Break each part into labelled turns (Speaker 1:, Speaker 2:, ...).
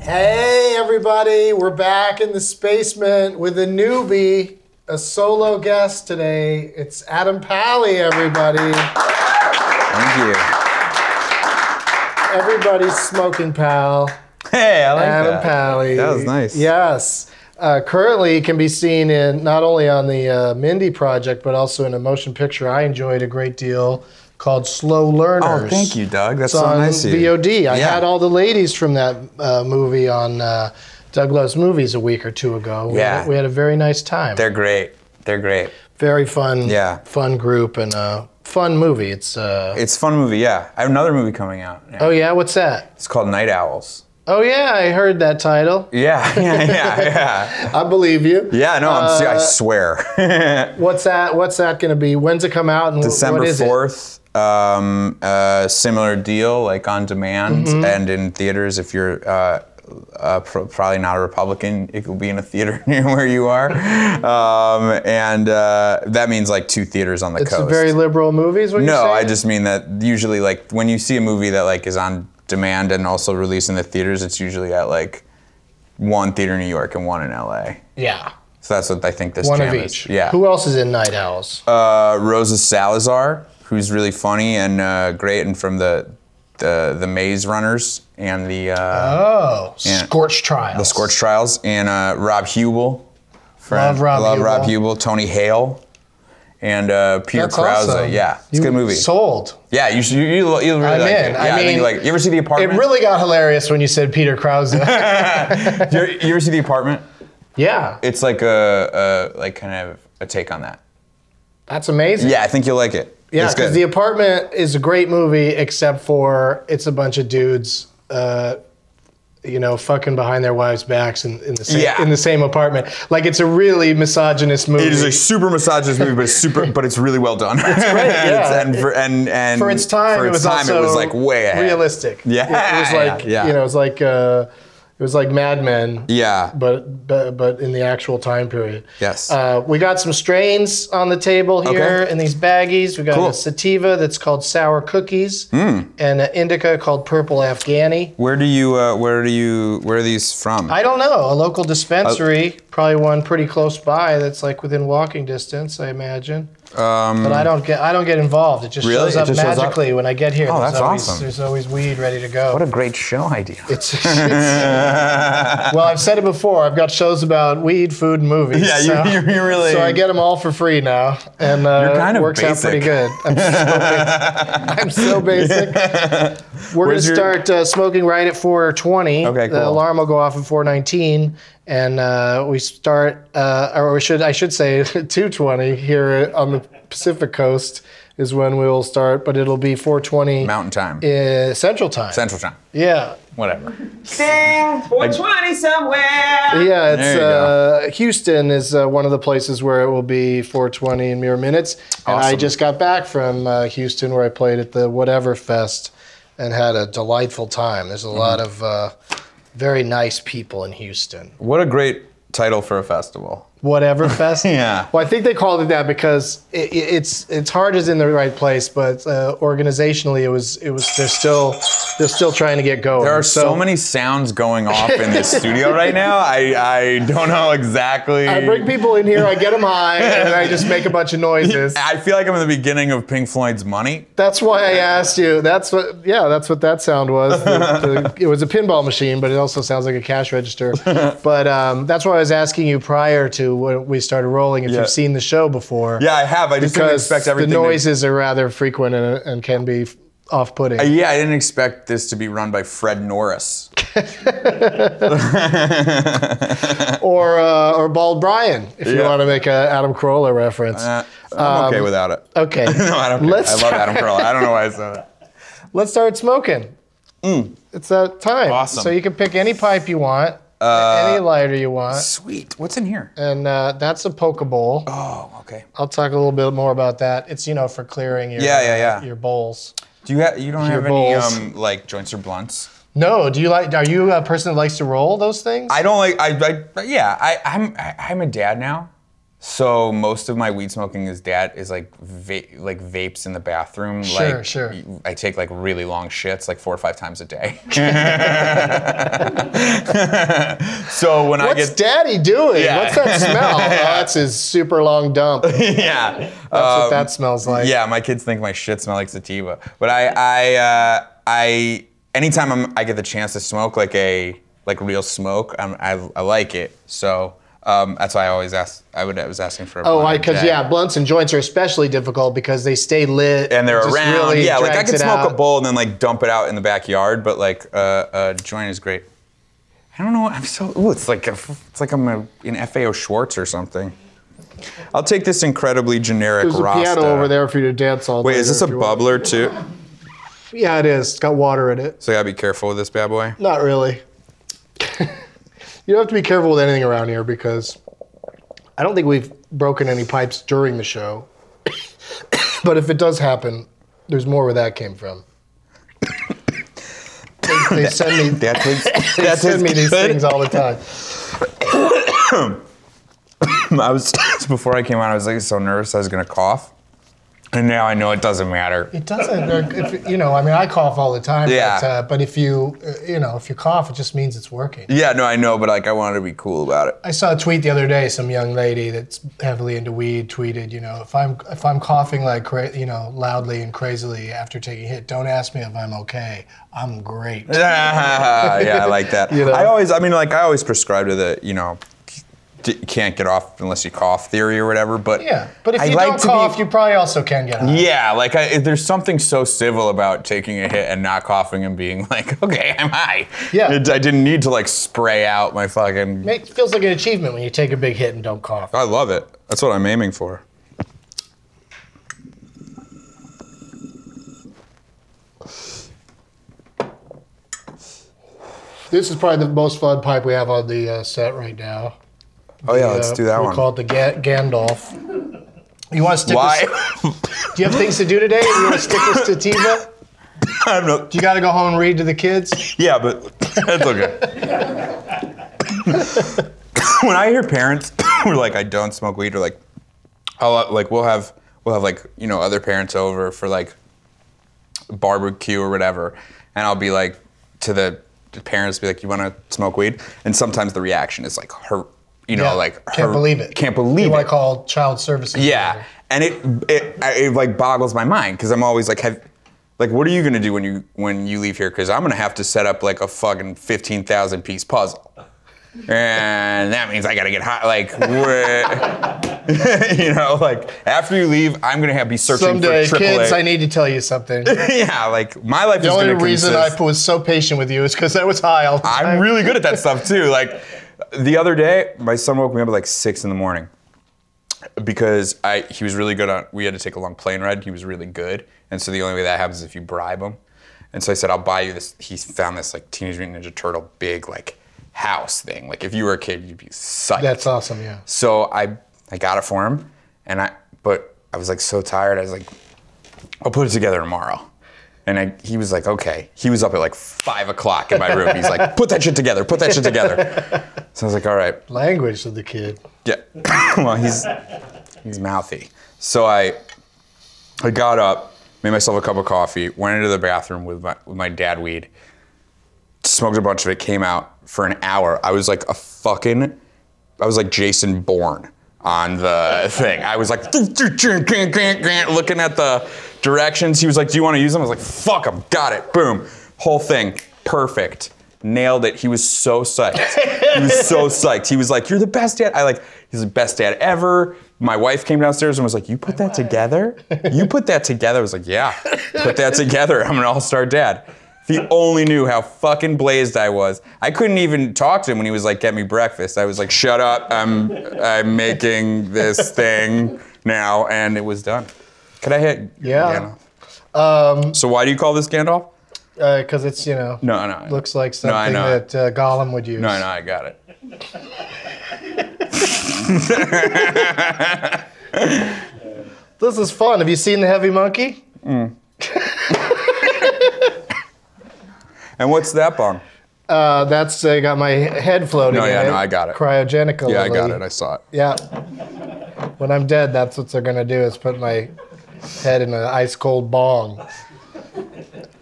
Speaker 1: Hey, everybody, we're back in the spacement with a newbie, a solo guest today. It's Adam Pally, everybody.
Speaker 2: Thank you.
Speaker 1: Everybody's smoking, pal.
Speaker 2: Hey, I like
Speaker 1: Adam
Speaker 2: that.
Speaker 1: Pally.
Speaker 2: That was nice.
Speaker 1: Yes. Uh, currently, he can be seen in not only on the uh, Mindy project, but also in a motion picture I enjoyed a great deal called Slow Learners.
Speaker 2: Oh, thank you, Doug. That's
Speaker 1: It's
Speaker 2: so
Speaker 1: on
Speaker 2: nice of you.
Speaker 1: VOD. I
Speaker 2: Yeah.
Speaker 1: had all the ladies from that uh, movie on uh, Doug Loves Movies a week or two ago. We,
Speaker 2: Yeah.
Speaker 1: had, we had a very nice time.
Speaker 2: They're great. They're great.
Speaker 1: very fun,
Speaker 2: Yeah.
Speaker 1: fun group and a fun movie. It's uh,
Speaker 2: It's a fun movie. Yeah, I have another movie coming out. Yeah.
Speaker 1: oh yeah, what's that?
Speaker 2: It's called Night Owls.
Speaker 1: Oh yeah, I heard that title.
Speaker 2: Yeah, yeah, yeah, yeah.
Speaker 1: I believe you.
Speaker 2: Yeah, no, I'm,
Speaker 1: Uh,
Speaker 2: se- I swear.
Speaker 1: What's that? What's that going to be? When's it come out? And wh-
Speaker 2: December
Speaker 1: what is it?
Speaker 2: fourth. Um, uh, similar deal, like on demand
Speaker 1: Mm-hmm.
Speaker 2: and in theaters. If you're uh, uh, pro- probably not a Republican, it will be in a theater near where you are, um, and uh, that means like two theaters on the
Speaker 1: It's
Speaker 2: coast.
Speaker 1: a very liberal movie. Is what you're
Speaker 2: No,
Speaker 1: saying?
Speaker 2: I just mean that usually, like when you see a movie that like is on demand and also released in the theaters, it's usually at like one theater in New York and one in LA.
Speaker 1: yeah,
Speaker 2: So that's what I think this
Speaker 1: one of
Speaker 2: jam is.
Speaker 1: each.
Speaker 2: Yeah.
Speaker 1: Who else is in Night Owls?
Speaker 2: uh, Rosa Salazar, who's really funny and uh, great, and from the the the Maze Runners and the uh,
Speaker 1: oh, Scorch Trials. The
Speaker 2: Scorch Trials, and uh, Rob Hubel. Friend.
Speaker 1: Love Rob
Speaker 2: Love Rob
Speaker 1: Hubel.
Speaker 2: Hubel. Tony Hale. And uh, Peter
Speaker 1: That's
Speaker 2: Krause.
Speaker 1: awesome.
Speaker 2: Yeah, it's a
Speaker 1: You
Speaker 2: good movie.
Speaker 1: Sold.
Speaker 2: Yeah, you should. You, you you really
Speaker 1: I'm
Speaker 2: like
Speaker 1: in.
Speaker 2: it. Yeah,
Speaker 1: I
Speaker 2: I, think
Speaker 1: mean,
Speaker 2: you like. it. You ever see the
Speaker 1: It
Speaker 2: apartment?
Speaker 1: really got hilarious when you said Peter Krause.
Speaker 2: you, ever, you ever see the apartment?
Speaker 1: yeah,
Speaker 2: It's like a, a like kind of a take on that.
Speaker 1: that's amazing.
Speaker 2: Yeah, I think you'll like it.
Speaker 1: Yeah,
Speaker 2: it's good.
Speaker 1: because The Apartment is a great movie, except for it's a bunch of dudes, uh, you know, fucking behind their wives' backs in, in the same
Speaker 2: Yeah.
Speaker 1: in the same apartment. Like it's a really misogynist movie.
Speaker 2: it is a super misogynist movie, but it's super, but it's really well done. It's
Speaker 1: yeah.
Speaker 2: and, for, and and
Speaker 1: for its time,
Speaker 2: for
Speaker 1: it was
Speaker 2: its time,
Speaker 1: also
Speaker 2: it was like way ahead.
Speaker 1: realistic.
Speaker 2: Yeah,
Speaker 1: it, it was like
Speaker 2: yeah.
Speaker 1: you know, it was like uh, it was like Mad Men.
Speaker 2: Yeah,
Speaker 1: But, but but in the actual time period.
Speaker 2: Yes.
Speaker 1: Uh, we got some strains on the table here
Speaker 2: Okay.
Speaker 1: in these baggies. We got
Speaker 2: Cool. Hmm.
Speaker 1: a sativa that's called Sour Cookies and an indica called Purple Afghani.
Speaker 2: where do you uh, where do you where are these from?
Speaker 1: I don't know. A local dispensary,
Speaker 2: Uh,
Speaker 1: probably one pretty close by that's like within walking distance, I imagine.
Speaker 2: um,
Speaker 1: But I don't get I don't get involved. It just
Speaker 2: Really?
Speaker 1: shows
Speaker 2: It
Speaker 1: up
Speaker 2: just shows up?
Speaker 1: magically when I get here.
Speaker 2: Oh,
Speaker 1: there's
Speaker 2: that's
Speaker 1: always,
Speaker 2: awesome.
Speaker 1: There's always weed ready to go.
Speaker 2: what a great show idea.
Speaker 1: It's, it's- well, I've said it before. I've got shows about weed, food, and movies.
Speaker 2: Yeah, you- you- you really-
Speaker 1: So I get them all for free now, and uh,
Speaker 2: You're kind of
Speaker 1: works out
Speaker 2: basic.
Speaker 1: pretty good. I'm so basic. I'm so basic. We're
Speaker 2: Where's
Speaker 1: gonna
Speaker 2: your-
Speaker 1: start uh, smoking right at 4:20.
Speaker 2: Okay,
Speaker 1: The
Speaker 2: cool.
Speaker 1: alarm will go off at 4:19, and uh, we start, uh, or we should, I should say, 2:20 here on the Pacific Coast is when we will start, but it'll be 4:20
Speaker 2: Mountain time,
Speaker 1: uh, Central Time.
Speaker 2: Central time,
Speaker 1: yeah.
Speaker 2: whatever.
Speaker 3: Sing 420 somewhere.
Speaker 1: Yeah, it's
Speaker 2: There you go.
Speaker 1: uh, Houston is uh, one of the places where it will be 420 in mere minutes. And I
Speaker 2: Awesome.
Speaker 1: just got back from uh, Houston where I played at the Whatever Fest and had a delightful time. There's a
Speaker 2: Mm-hmm.
Speaker 1: lot of uh, very nice people in Houston.
Speaker 2: What a great title for a festival.
Speaker 1: Whatever Fest.
Speaker 2: Yeah.
Speaker 1: Well, I think they called it that because it, it, it's it's hard is in the right place, but uh, organizationally it was it was they're still they're still trying to get going.
Speaker 2: There are so, many sounds going off in this studio right now. I, I don't know exactly.
Speaker 1: I bring people in here, I get them high, and then I just make a bunch of noises.
Speaker 2: I feel like I'm in the beginning of Pink Floyd's Money.
Speaker 1: That's why I asked you. That's what, yeah, that's what that sound was. The- the- it was a pinball machine, but it also sounds like a cash register. But um, that's why I was asking you prior to when we started rolling if
Speaker 2: Yeah.
Speaker 1: you've seen the show before.
Speaker 2: Yeah, I have. I just didn't
Speaker 1: because
Speaker 2: expect
Speaker 1: the
Speaker 2: everything. to-
Speaker 1: noises are rather frequent and, and can be off putting.
Speaker 2: yeah, I didn't expect this to be run by Fred Norris.
Speaker 1: Or, uh, or Bald Brian, if you
Speaker 2: Yeah.
Speaker 1: want to make an Adam Carolla reference.
Speaker 2: Uh, I'm okay without it.
Speaker 1: okay.
Speaker 2: No, I don't. care.
Speaker 1: Let's
Speaker 2: I love Adam Carolla. I don't know why I said that.
Speaker 1: Let's start smoking. It's that time.
Speaker 2: Mm. Awesome. Uh,
Speaker 1: So you can pick any pipe you want, any lighter you want.
Speaker 2: Sweet. What's in here?
Speaker 1: and uh, that's a poke bowl.
Speaker 2: Oh, okay.
Speaker 1: I'll talk a little bit more about that. It's you know for clearing your
Speaker 2: Yeah, yeah, yeah.
Speaker 1: your bowls.
Speaker 2: Do you have? You don't have any
Speaker 1: bowls.
Speaker 2: um, like joints or blunts?
Speaker 1: No, do you like? Are you a person that likes to roll those things?
Speaker 2: I don't like. I. I yeah. I, I'm. I, I'm a dad now. So most of my weed smoking is dad is like va- like vapes in the bathroom.
Speaker 1: Sure,
Speaker 2: like,
Speaker 1: sure.
Speaker 2: I take like really long shits, like four or five times a day. so when I
Speaker 1: What's
Speaker 2: get
Speaker 1: Daddy doing?
Speaker 2: Yeah.
Speaker 1: What's that smell? Oh, that's his super long dump. That's
Speaker 2: yeah,
Speaker 1: what that smells like.
Speaker 2: Um, yeah, my kids think my shit smell like sativa. But I, I, uh, I, anytime I'm, I get the chance to smoke like a like real smoke, I'm, I, I like it. So um, that's why I always ask. I would, I was asking for. A
Speaker 1: Oh,
Speaker 2: blunt
Speaker 1: I because
Speaker 2: today.
Speaker 1: yeah, blunts and joints are especially difficult because they stay lit
Speaker 2: And they're
Speaker 1: it just
Speaker 2: around.
Speaker 1: really
Speaker 2: yeah, like I
Speaker 1: drags
Speaker 2: could
Speaker 1: it
Speaker 2: smoke
Speaker 1: out.
Speaker 2: a bowl and then like dump it out in the backyard. But like uh, a joint is great. I don't know. I'm so. Ooh, it's like a, it's like I'm a, in FAO Schwartz or something. I'll take this incredibly generic
Speaker 1: There's a
Speaker 2: Rasta.
Speaker 1: piano over there for you to dance on.
Speaker 2: Wait, is this a bubbler too?
Speaker 1: Yeah, it is. It's got water in it.
Speaker 2: So I gotta be careful with this bad boy.
Speaker 1: Not really. you don't have to be careful with anything around here because I don't think we've broken any pipes during the show. but if it does happen, there's more where that came from. they, they send me.
Speaker 2: That tastes,
Speaker 1: They
Speaker 2: that
Speaker 1: send
Speaker 2: tastes
Speaker 1: me these
Speaker 2: good.
Speaker 1: things all the time.
Speaker 2: I was before I came on. I was like so nervous I was gonna cough, and now I know it doesn't matter.
Speaker 1: It doesn't. uh, If, you know, I mean, I cough all the time.
Speaker 2: Yeah.
Speaker 1: But, uh, but if you, uh, you know, if you cough, it just means it's working.
Speaker 2: Yeah, no, I know, but like I wanted to be cool about it.
Speaker 1: I saw a tweet the other day. Some young lady that's heavily into weed tweeted, you know, if I'm if I'm coughing like cra- you know loudly and crazily after taking a hit, don't ask me if I'm okay. I'm great.
Speaker 2: yeah, I like that.
Speaker 1: You know?
Speaker 2: I always, I mean, like I always prescribe to the, you know, d- can't get off unless you cough theory or whatever. But
Speaker 1: Yeah. But if
Speaker 2: I
Speaker 1: you
Speaker 2: like
Speaker 1: don't
Speaker 2: to
Speaker 1: cough,
Speaker 2: be,
Speaker 1: you probably also can get high.
Speaker 2: yeah, like I, there's something so civil about taking a hit and not coughing and being like, okay, I'm high.
Speaker 1: Yeah.
Speaker 2: It- I didn't need to like spray out my fucking.
Speaker 1: It feels like an achievement when you take a big hit and don't cough.
Speaker 2: I love it. That's what I'm aiming for.
Speaker 1: This is probably the most fun pipe we have on the uh, set right now.
Speaker 2: Oh yeah,
Speaker 1: Uh,
Speaker 2: let's do that
Speaker 1: we'll
Speaker 2: one.
Speaker 1: Call it the Ga- Gandalf. You want to stick?
Speaker 2: Why?
Speaker 1: With, do you have things to do today? You want to stick with sativa?
Speaker 2: I'm not-
Speaker 1: Do you got to go home and read to the kids?
Speaker 2: yeah, but that's okay. when I hear parents who are like, "I don't smoke weed," or like, "I'll like we'll have we'll have like you know other parents over for like barbecue or whatever," and I'll be like to the to parents, be like, "You want to smoke weed?" And sometimes the reaction is like, "Her," you know,
Speaker 1: Yeah.
Speaker 2: like,
Speaker 1: can't
Speaker 2: hor-
Speaker 1: believe it.
Speaker 2: Can't believe
Speaker 1: You
Speaker 2: it."
Speaker 1: want to call child services?
Speaker 2: Yeah, and it it, I- it like boggles my mind because I'm always like, have, like, what are you gonna do when you when you leave here? Because I'm gonna have to set up like a fucking fifteen thousand piece puzzle, and that means I gotta get hot. Like, where- you know, like after you leave, I'm gonna have be searching
Speaker 1: Someday,
Speaker 2: for AAA.
Speaker 1: kids, I need to tell you something. The
Speaker 2: yeah, like my life is
Speaker 1: only
Speaker 2: gonna
Speaker 1: reason
Speaker 2: consist-
Speaker 1: I was so patient with you is because I was high all the time.
Speaker 2: I'm really good at that stuff too. Like the other day, my son woke me up at like six in the morning because I he was really good on. We had to take a long plane ride. He was really good, and so the only way that happens is if you bribe him. And so I said, I'll buy you this. He found this like Teenage Mutant Ninja Turtle big like house thing. Like if you were a kid, you'd be psyched.
Speaker 1: That's awesome. Yeah.
Speaker 2: So I I got it for him, and I but I was like so tired. I was like, I'll put it together tomorrow. And I, he was like, okay. He was up at like five o'clock in my room. He's like, put that shit together. Put that shit together. So I was like, all right,
Speaker 1: Language of the kid.
Speaker 2: yeah. well, he's he's mouthy. So I I got up, made myself a cup of coffee, went into the bathroom with my with my dad weed, smoked a bunch of it, came out for an hour. I was like a fucking I was like Jason Bourne on the thing. I was like looking at the directions. He was like, "Do you want to use them?" I was like, "Fuck 'em. Got it. Boom. Whole thing. Perfect. Nailed it. He was so psyched. He was so psyched. He was like, "You're the best dad." I like, "He's the best dad ever." My wife came downstairs and was like, "You put that together? You put that together?" I was like, "Yeah. Put that together. I'm an all-star dad." If he only knew how fucking blazed I was. I couldn't even talk to him when he was like, "Get me breakfast." I was like, "Shut up! I'm I'm making this thing now," and it was done. Could I hit?
Speaker 1: Yeah. Um,
Speaker 2: Gandalf? so why do you call this Gandalf?
Speaker 1: Because uh, it's you know.
Speaker 2: No, no.
Speaker 1: Looks like
Speaker 2: No,
Speaker 1: something
Speaker 2: I know.
Speaker 1: that uh, Gollum would use.
Speaker 2: No, no, I got it.
Speaker 1: This is fun. Have you seen the heavy monkey?
Speaker 2: And what's that bong?
Speaker 1: Uh, that's uh, got my head floating.
Speaker 2: No,
Speaker 1: in
Speaker 2: yeah, no, I got it.
Speaker 1: Cryogenic.
Speaker 2: Yeah, I got it. I saw it.
Speaker 1: Yeah. When I'm dead, that's what they're gonna do is put my head in an ice cold bong.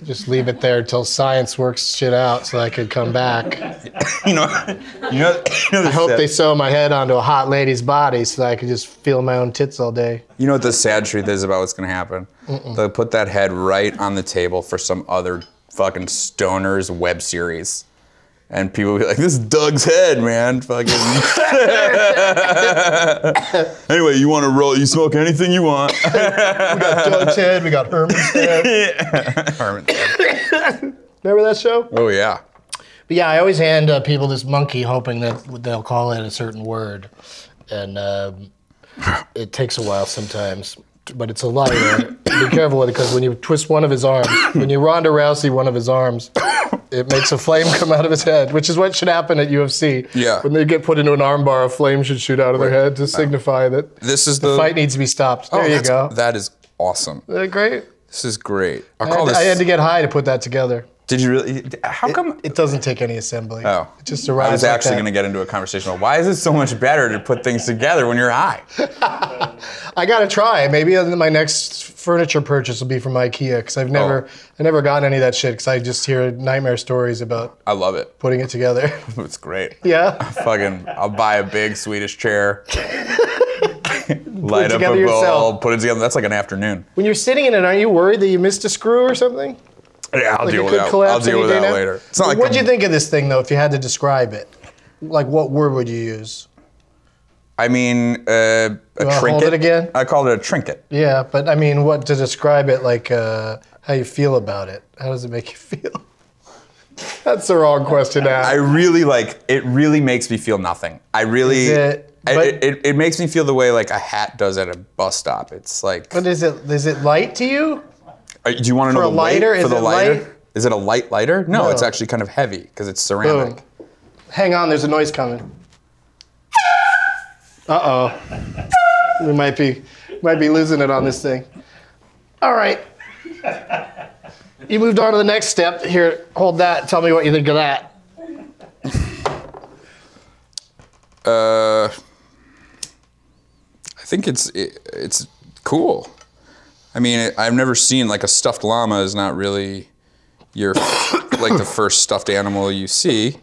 Speaker 1: Just leave it there till science works shit out so I could come back.
Speaker 2: You know, you know, you know the
Speaker 1: I hope
Speaker 2: sad-
Speaker 1: they sew my head onto a hot lady's body so that I could just feel my own tits all day.
Speaker 2: You know what the sad truth is about what's gonna happen? They'll put that head right on the table for some other fucking stoners web series. And people will be like, this is Doug's head, man. Fucking. anyway, you wanna roll, you smoke anything you want.
Speaker 1: Doug's head, we got Herman's head.
Speaker 2: Herman's head.
Speaker 1: Remember that show?
Speaker 2: Oh, yeah.
Speaker 1: But yeah, I always hand uh, people this monkey hoping that they'll call it a certain word. And um, it takes a while sometimes, but it's a lighter. Be careful with it because when you twist one of his arms, when you Ronda Rousey one of his arms, it makes a flame come out of his head, which is what should happen at UFC.
Speaker 2: Yeah.
Speaker 1: When they get put into an armbar, a flame should shoot out of their head to signify that
Speaker 2: This is the.
Speaker 1: the fight needs to be stopped.
Speaker 2: Oh,
Speaker 1: There you
Speaker 2: that's-
Speaker 1: go.
Speaker 2: That is awesome.
Speaker 1: Isn't that great?
Speaker 2: This is great. I'll
Speaker 1: I
Speaker 2: call
Speaker 1: had,
Speaker 2: this.
Speaker 1: I had to get high to put that together.
Speaker 2: did you really? How come?
Speaker 1: It doesn't take any assembly.
Speaker 2: Oh.
Speaker 1: It just
Speaker 2: I
Speaker 1: arrives.
Speaker 2: was
Speaker 1: like
Speaker 2: actually
Speaker 1: that.
Speaker 2: going to get into a conversation about why is it so much better to put things together when you're high?
Speaker 1: I gotta try. Maybe my next furniture purchase will be from IKEA because I've never,
Speaker 2: Oh.
Speaker 1: I never gotten any of that shit because I just hear nightmare stories about
Speaker 2: I love it.
Speaker 1: putting it together.
Speaker 2: It's great.
Speaker 1: yeah,
Speaker 2: Fucking, I'll buy a big Swedish chair, light up a
Speaker 1: together
Speaker 2: bowl,
Speaker 1: yourself.
Speaker 2: put it together. That's like an afternoon.
Speaker 1: when you're sitting in it, aren't you worried that you missed a screw or something?
Speaker 2: Yeah, I'll
Speaker 1: Like
Speaker 2: deal
Speaker 1: it
Speaker 2: with
Speaker 1: could
Speaker 2: that. I'll
Speaker 1: collapse
Speaker 2: deal
Speaker 1: any
Speaker 2: with
Speaker 1: day
Speaker 2: that
Speaker 1: now?
Speaker 2: later. It's not like
Speaker 1: What'd
Speaker 2: I'm-
Speaker 1: you think of this thing though? If you had to describe it, like what word would you use?
Speaker 2: I mean, uh, a
Speaker 1: wanna hold
Speaker 2: trinket.
Speaker 1: it again?
Speaker 2: I called it a trinket.
Speaker 1: Yeah, but I mean, what to describe it? Like uh, how you feel about it? How does it make you feel? That's the wrong question to
Speaker 2: I
Speaker 1: ask.
Speaker 2: really like. It really makes me feel nothing. I really.
Speaker 1: Is it-
Speaker 2: I-
Speaker 1: but-
Speaker 2: it, it, it makes me feel the way like a hat does at a bus stop. It's like.
Speaker 1: But is it is it light to you?
Speaker 2: Uh, do you want to know
Speaker 1: For a
Speaker 2: the weight
Speaker 1: lighter?
Speaker 2: for
Speaker 1: Is
Speaker 2: the
Speaker 1: it
Speaker 2: lighter?
Speaker 1: light?
Speaker 2: Is it a light lighter? No,
Speaker 1: No.
Speaker 2: it's actually kind of heavy because it's ceramic.
Speaker 1: Boom. Hang on, there's a noise coming. Uh oh. We might be might be losing it on this thing. All right. You moved on to the next step. Here, hold that. Tell me what you think of that.
Speaker 2: Uh, I think it's it, it's cool. I mean, it, I've never seen like a stuffed llama is not really your like the first stuffed animal you see.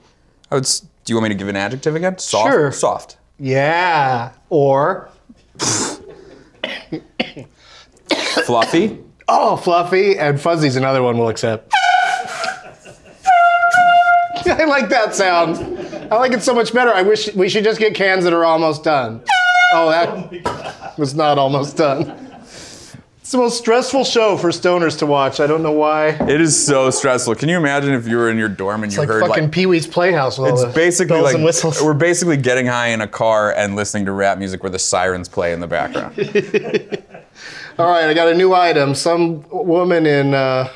Speaker 2: I would. s- Do you want me to give an adjective again? Soft.
Speaker 1: Sure.
Speaker 2: Soft.
Speaker 1: Yeah. Or
Speaker 2: Fluffy.
Speaker 1: oh, fluffy and fuzzy's another one we'll accept. I like that sound. I like it so much better. I wish we should just get cans that are almost done. Oh, that was not almost done. It's the most stressful show for stoners to watch. I don't know why. It's
Speaker 2: It is so stressful. Can you imagine if you were in your dorm and you
Speaker 1: like
Speaker 2: heard
Speaker 1: fucking
Speaker 2: like
Speaker 1: Pee Wee's Playhouse with all
Speaker 2: It's
Speaker 1: the
Speaker 2: basically
Speaker 1: bells
Speaker 2: like
Speaker 1: and whistles.
Speaker 2: we're basically getting high in a car and listening to rap music where the sirens play in the background.
Speaker 1: All right, I got a new item. Some woman in, uh,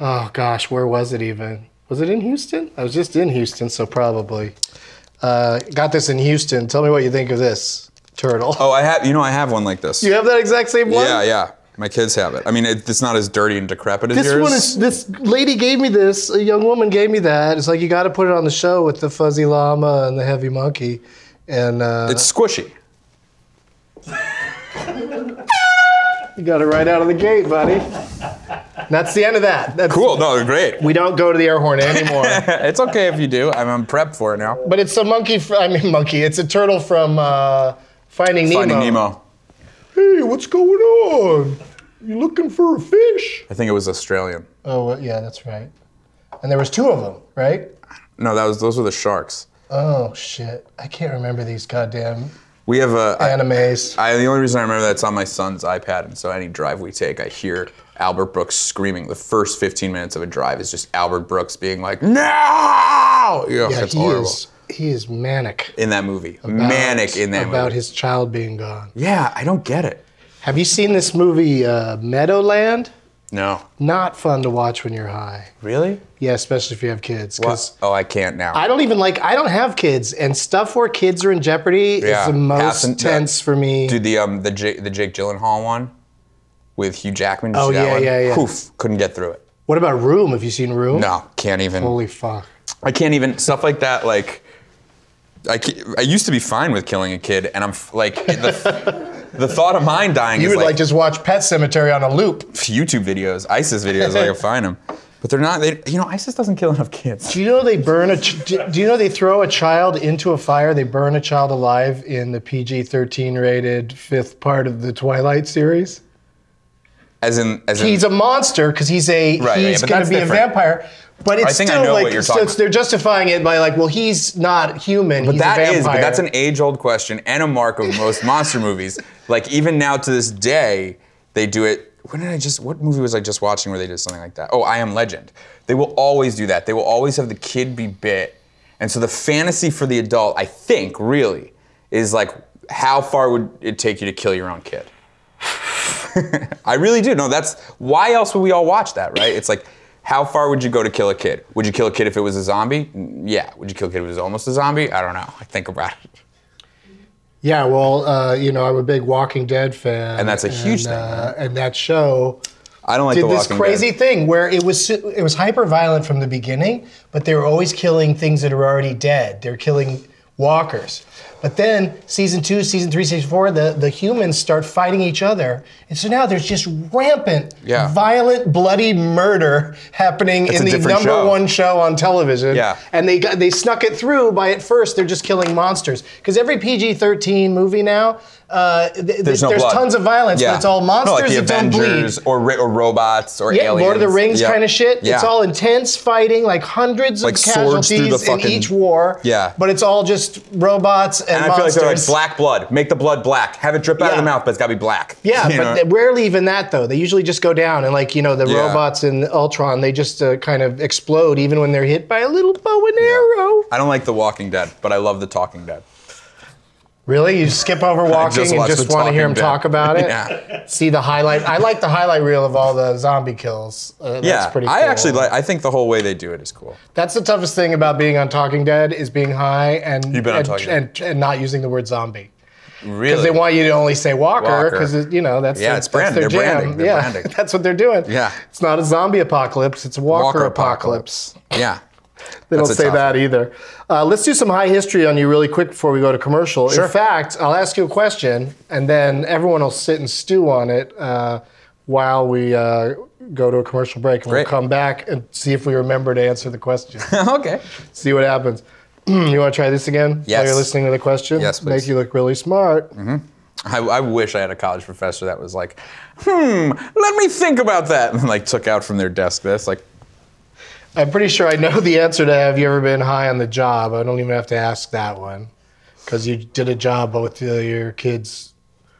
Speaker 1: oh gosh, where was it even? Was it in Houston? I was just in Houston, so probably. Uh, got this in Houston. Tell me what you think of this turtle.
Speaker 2: oh, I have you know I have one like this.
Speaker 1: You have that exact same one?
Speaker 2: yeah, yeah. My kids have it. I mean, it, it's not as dirty and decrepit as
Speaker 1: This
Speaker 2: yours.
Speaker 1: one is this lady gave me this. A young woman gave me that. It's like you got to put it on the show with the fuzzy llama and the heavy monkey, and uh,
Speaker 2: it's squishy.
Speaker 1: you got it right out of the gate, buddy. That's the end of that. That's,
Speaker 2: Cool. No, great.
Speaker 1: We don't go to the air horn anymore.
Speaker 2: it's okay if you do. I'm, I'm prepped for it now.
Speaker 1: but it's a monkey. Fr- I mean, monkey. It's a turtle from uh, Finding Nemo.
Speaker 2: Finding Nemo.
Speaker 1: Hey, what's going on? You looking for a fish?
Speaker 2: I think it was Australian.
Speaker 1: Oh, uh, yeah, that's right. And there was two of them, right?
Speaker 2: No, that was those were the sharks.
Speaker 1: Oh shit, I can't remember these goddamn
Speaker 2: We have a. I-
Speaker 1: animes.
Speaker 2: I, the only reason I remember that's on my son's iPad, and so any drive we take, I hear Albert Brooks screaming. The first 15 minutes of a drive is just Albert Brooks being like, "No!" Yeah,
Speaker 1: Yeah,
Speaker 2: that's
Speaker 1: he
Speaker 2: horrible.
Speaker 1: is. He is manic.
Speaker 2: In that movie, manic
Speaker 1: about-
Speaker 2: in that
Speaker 1: about
Speaker 2: movie.
Speaker 1: his child being gone.
Speaker 2: yeah, I don't get it.
Speaker 1: Have you seen this movie uh, Meadowland?
Speaker 2: No,
Speaker 1: Not fun to watch when you're high.
Speaker 2: really?
Speaker 1: Yeah, especially if you have kids. 'cause
Speaker 2: What? Oh, I can't now.
Speaker 1: I don't even like. I don't have kids, and stuff where kids are in jeopardy
Speaker 2: Yeah,
Speaker 1: is the most
Speaker 2: hasn't-
Speaker 1: tense for me.
Speaker 2: Dude, the um the Jake, the Jake Gyllenhaal one with Hugh Jackman. Did you
Speaker 1: Oh,
Speaker 2: see that
Speaker 1: yeah,
Speaker 2: one?
Speaker 1: yeah, yeah.
Speaker 2: Oof, couldn't get through it.
Speaker 1: What about Room? Have you seen Room?
Speaker 2: No, can't even.
Speaker 1: Holy fuck.
Speaker 2: I can't even stuff like that. Like I, ca- I used to be fine with killing a kid, and I'm f- like the, the thought of mine dying
Speaker 1: You
Speaker 2: is
Speaker 1: would like, just watch Pet Cemetery on a loop.
Speaker 2: YouTube videos, ISIS videos. if I can find them, but they're not. They, you know, ISIS doesn't kill enough kids.
Speaker 1: Do you know they burn a? Ch- do do you know they throw a child into a fire? They burn a child alive in the PG-13 rated fifth part of the Twilight series.
Speaker 2: As in, as in,
Speaker 1: he's a monster because he's a
Speaker 2: Right, yeah,
Speaker 1: he's
Speaker 2: but
Speaker 1: going to
Speaker 2: that's
Speaker 1: be
Speaker 2: different.
Speaker 1: a vampire. But it's
Speaker 2: think I
Speaker 1: still
Speaker 2: know
Speaker 1: like
Speaker 2: what you're
Speaker 1: so
Speaker 2: talking
Speaker 1: it's-
Speaker 2: about.
Speaker 1: they're justifying it by like, well, he's not human.
Speaker 2: But
Speaker 1: he's
Speaker 2: that
Speaker 1: a vampire.
Speaker 2: is, but that's an age-old question and a mark of most monster movies. Like even now to this day, they do it. When did I just? What movie was I just watching where they did something like that? Oh, I Am Legend. They will always do that. They will always have the kid be bit, and so the fantasy for the adult, I think, really, is like how far would it take you to kill your own kid? I really do. No, that's why else would we all watch that, right? It's like, how far would you go to kill a kid? Would you kill a kid if it was a zombie? Mm, Yeah. Would you kill a kid if it was almost a zombie? I don't know. I think about it.
Speaker 1: yeah. Well, uh, you know, I'm a big Walking Dead fan,
Speaker 2: And that's a huge thing,
Speaker 1: Uh, and that show
Speaker 2: I don't like
Speaker 1: did
Speaker 2: the
Speaker 1: this
Speaker 2: Walking
Speaker 1: crazy
Speaker 2: Dead.
Speaker 1: thing where it was it was hyper violent from the beginning, but they were always killing things that are already dead. They're killing walkers. But then season two, season three, season four, the, the humans start fighting each other. And so now there's just rampant,
Speaker 2: Yeah.
Speaker 1: violent, bloody murder happening
Speaker 2: It's
Speaker 1: in
Speaker 2: a
Speaker 1: the
Speaker 2: different
Speaker 1: number
Speaker 2: show.
Speaker 1: one show on television.
Speaker 2: Yeah.
Speaker 1: And they got, they snuck it through by at first they're just killing monsters. Because every PG 13 movie now, uh, th- th-
Speaker 2: There's no blood.
Speaker 1: tons of violence, but it's all
Speaker 2: No,
Speaker 1: monsters
Speaker 2: like the
Speaker 1: that don't bleed
Speaker 2: Avengers or ri- or robots or
Speaker 1: yeah,
Speaker 2: aliens.
Speaker 1: Lord of the Rings
Speaker 2: Yeah.
Speaker 1: kind of shit.
Speaker 2: Yeah.
Speaker 1: It's all intense fighting, like hundreds
Speaker 2: Like
Speaker 1: of
Speaker 2: swords
Speaker 1: casualties
Speaker 2: through the
Speaker 1: in
Speaker 2: fucking-
Speaker 1: each war.
Speaker 2: Yeah.
Speaker 1: but it's all just robots and,
Speaker 2: And I feel like
Speaker 1: monsters.
Speaker 2: they're like black blood. Make the blood black. Have it drip out of
Speaker 1: Yeah.
Speaker 2: the mouth, but it's got to be black.
Speaker 1: Yeah,
Speaker 2: You
Speaker 1: but
Speaker 2: know?
Speaker 1: they- rarely even that though. They usually just go down and like you know the
Speaker 2: Yeah.
Speaker 1: robots in Ultron, they just uh, kind of explode even when they're hit by a little bow and arrow.
Speaker 2: I don't like The Walking Dead, but I love The Talking Dead.
Speaker 1: Really, you skip over walking and
Speaker 2: watched
Speaker 1: just
Speaker 2: The
Speaker 1: want to hear
Speaker 2: Talking
Speaker 1: him
Speaker 2: Dead.
Speaker 1: talk about it.
Speaker 2: Yeah.
Speaker 1: See the highlight. I like the highlight reel of all the zombie kills. Uh, that's
Speaker 2: yeah,
Speaker 1: pretty. Cool.
Speaker 2: I actually like. I think the whole way they do it is cool.
Speaker 1: That's the toughest thing about being on Talking Dead is being high and
Speaker 2: You've been on
Speaker 1: and,
Speaker 2: Talking Dead.
Speaker 1: and, and not using the word zombie
Speaker 2: Really,
Speaker 1: because they want you to only say Walker
Speaker 2: Walker.
Speaker 1: because you know that's
Speaker 2: Yeah,
Speaker 1: their,
Speaker 2: it's brand-
Speaker 1: that's their
Speaker 2: they're
Speaker 1: jam.
Speaker 2: branding, they're
Speaker 1: yeah,
Speaker 2: branding.
Speaker 1: that's what they're doing.
Speaker 2: Yeah.
Speaker 1: it's not a zombie apocalypse; it's a Walker,
Speaker 2: Walker
Speaker 1: apocalypse.
Speaker 2: Yeah,
Speaker 1: They don't
Speaker 2: That's a
Speaker 1: say
Speaker 2: tough
Speaker 1: that either. Uh, let's do some high history on you really quick before we go to commercial. In fact, I'll ask you a question, and then everyone will sit and stew on it uh, while we uh, go to a commercial break, and
Speaker 2: Great.
Speaker 1: we'll come back and see if we remember to answer the question.
Speaker 2: okay.
Speaker 1: See what happens. you want to try this again? While
Speaker 2: Yes.
Speaker 1: you're listening to the question?
Speaker 2: Yes, please. Mm-hmm.
Speaker 1: Make you look really smart.
Speaker 2: I, I wish I had a college professor that was like, hmm, let me think about that, and like took out from their desk this. Like,
Speaker 1: I'm pretty sure I know the answer to have you ever been high on the job. I don't even have to ask that one because you did a job with uh, your kids'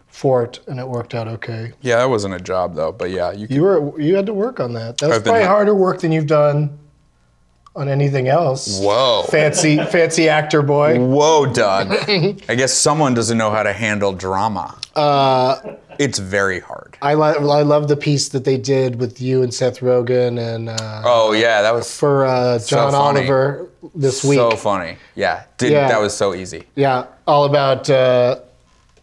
Speaker 1: fort and it worked out okay.
Speaker 2: yeah, that wasn't a job though, but yeah, you. Can,
Speaker 1: You were you had to work on that. That was
Speaker 2: I've been
Speaker 1: probably
Speaker 2: hi-
Speaker 1: harder work than you've done on anything else.
Speaker 2: whoa,
Speaker 1: Fancy fancy actor boy.
Speaker 2: whoa, Doug. I guess someone doesn't know how to handle drama. Uh, it's very hard.
Speaker 1: I, li- I love the piece that they did with you and Seth Rogen and uh,
Speaker 2: Oh yeah, that was
Speaker 1: for uh, John
Speaker 2: funny.
Speaker 1: Oliver this week.
Speaker 2: so funny. Yeah, did,
Speaker 1: Yeah.
Speaker 2: that was so easy.
Speaker 1: Yeah, all about uh,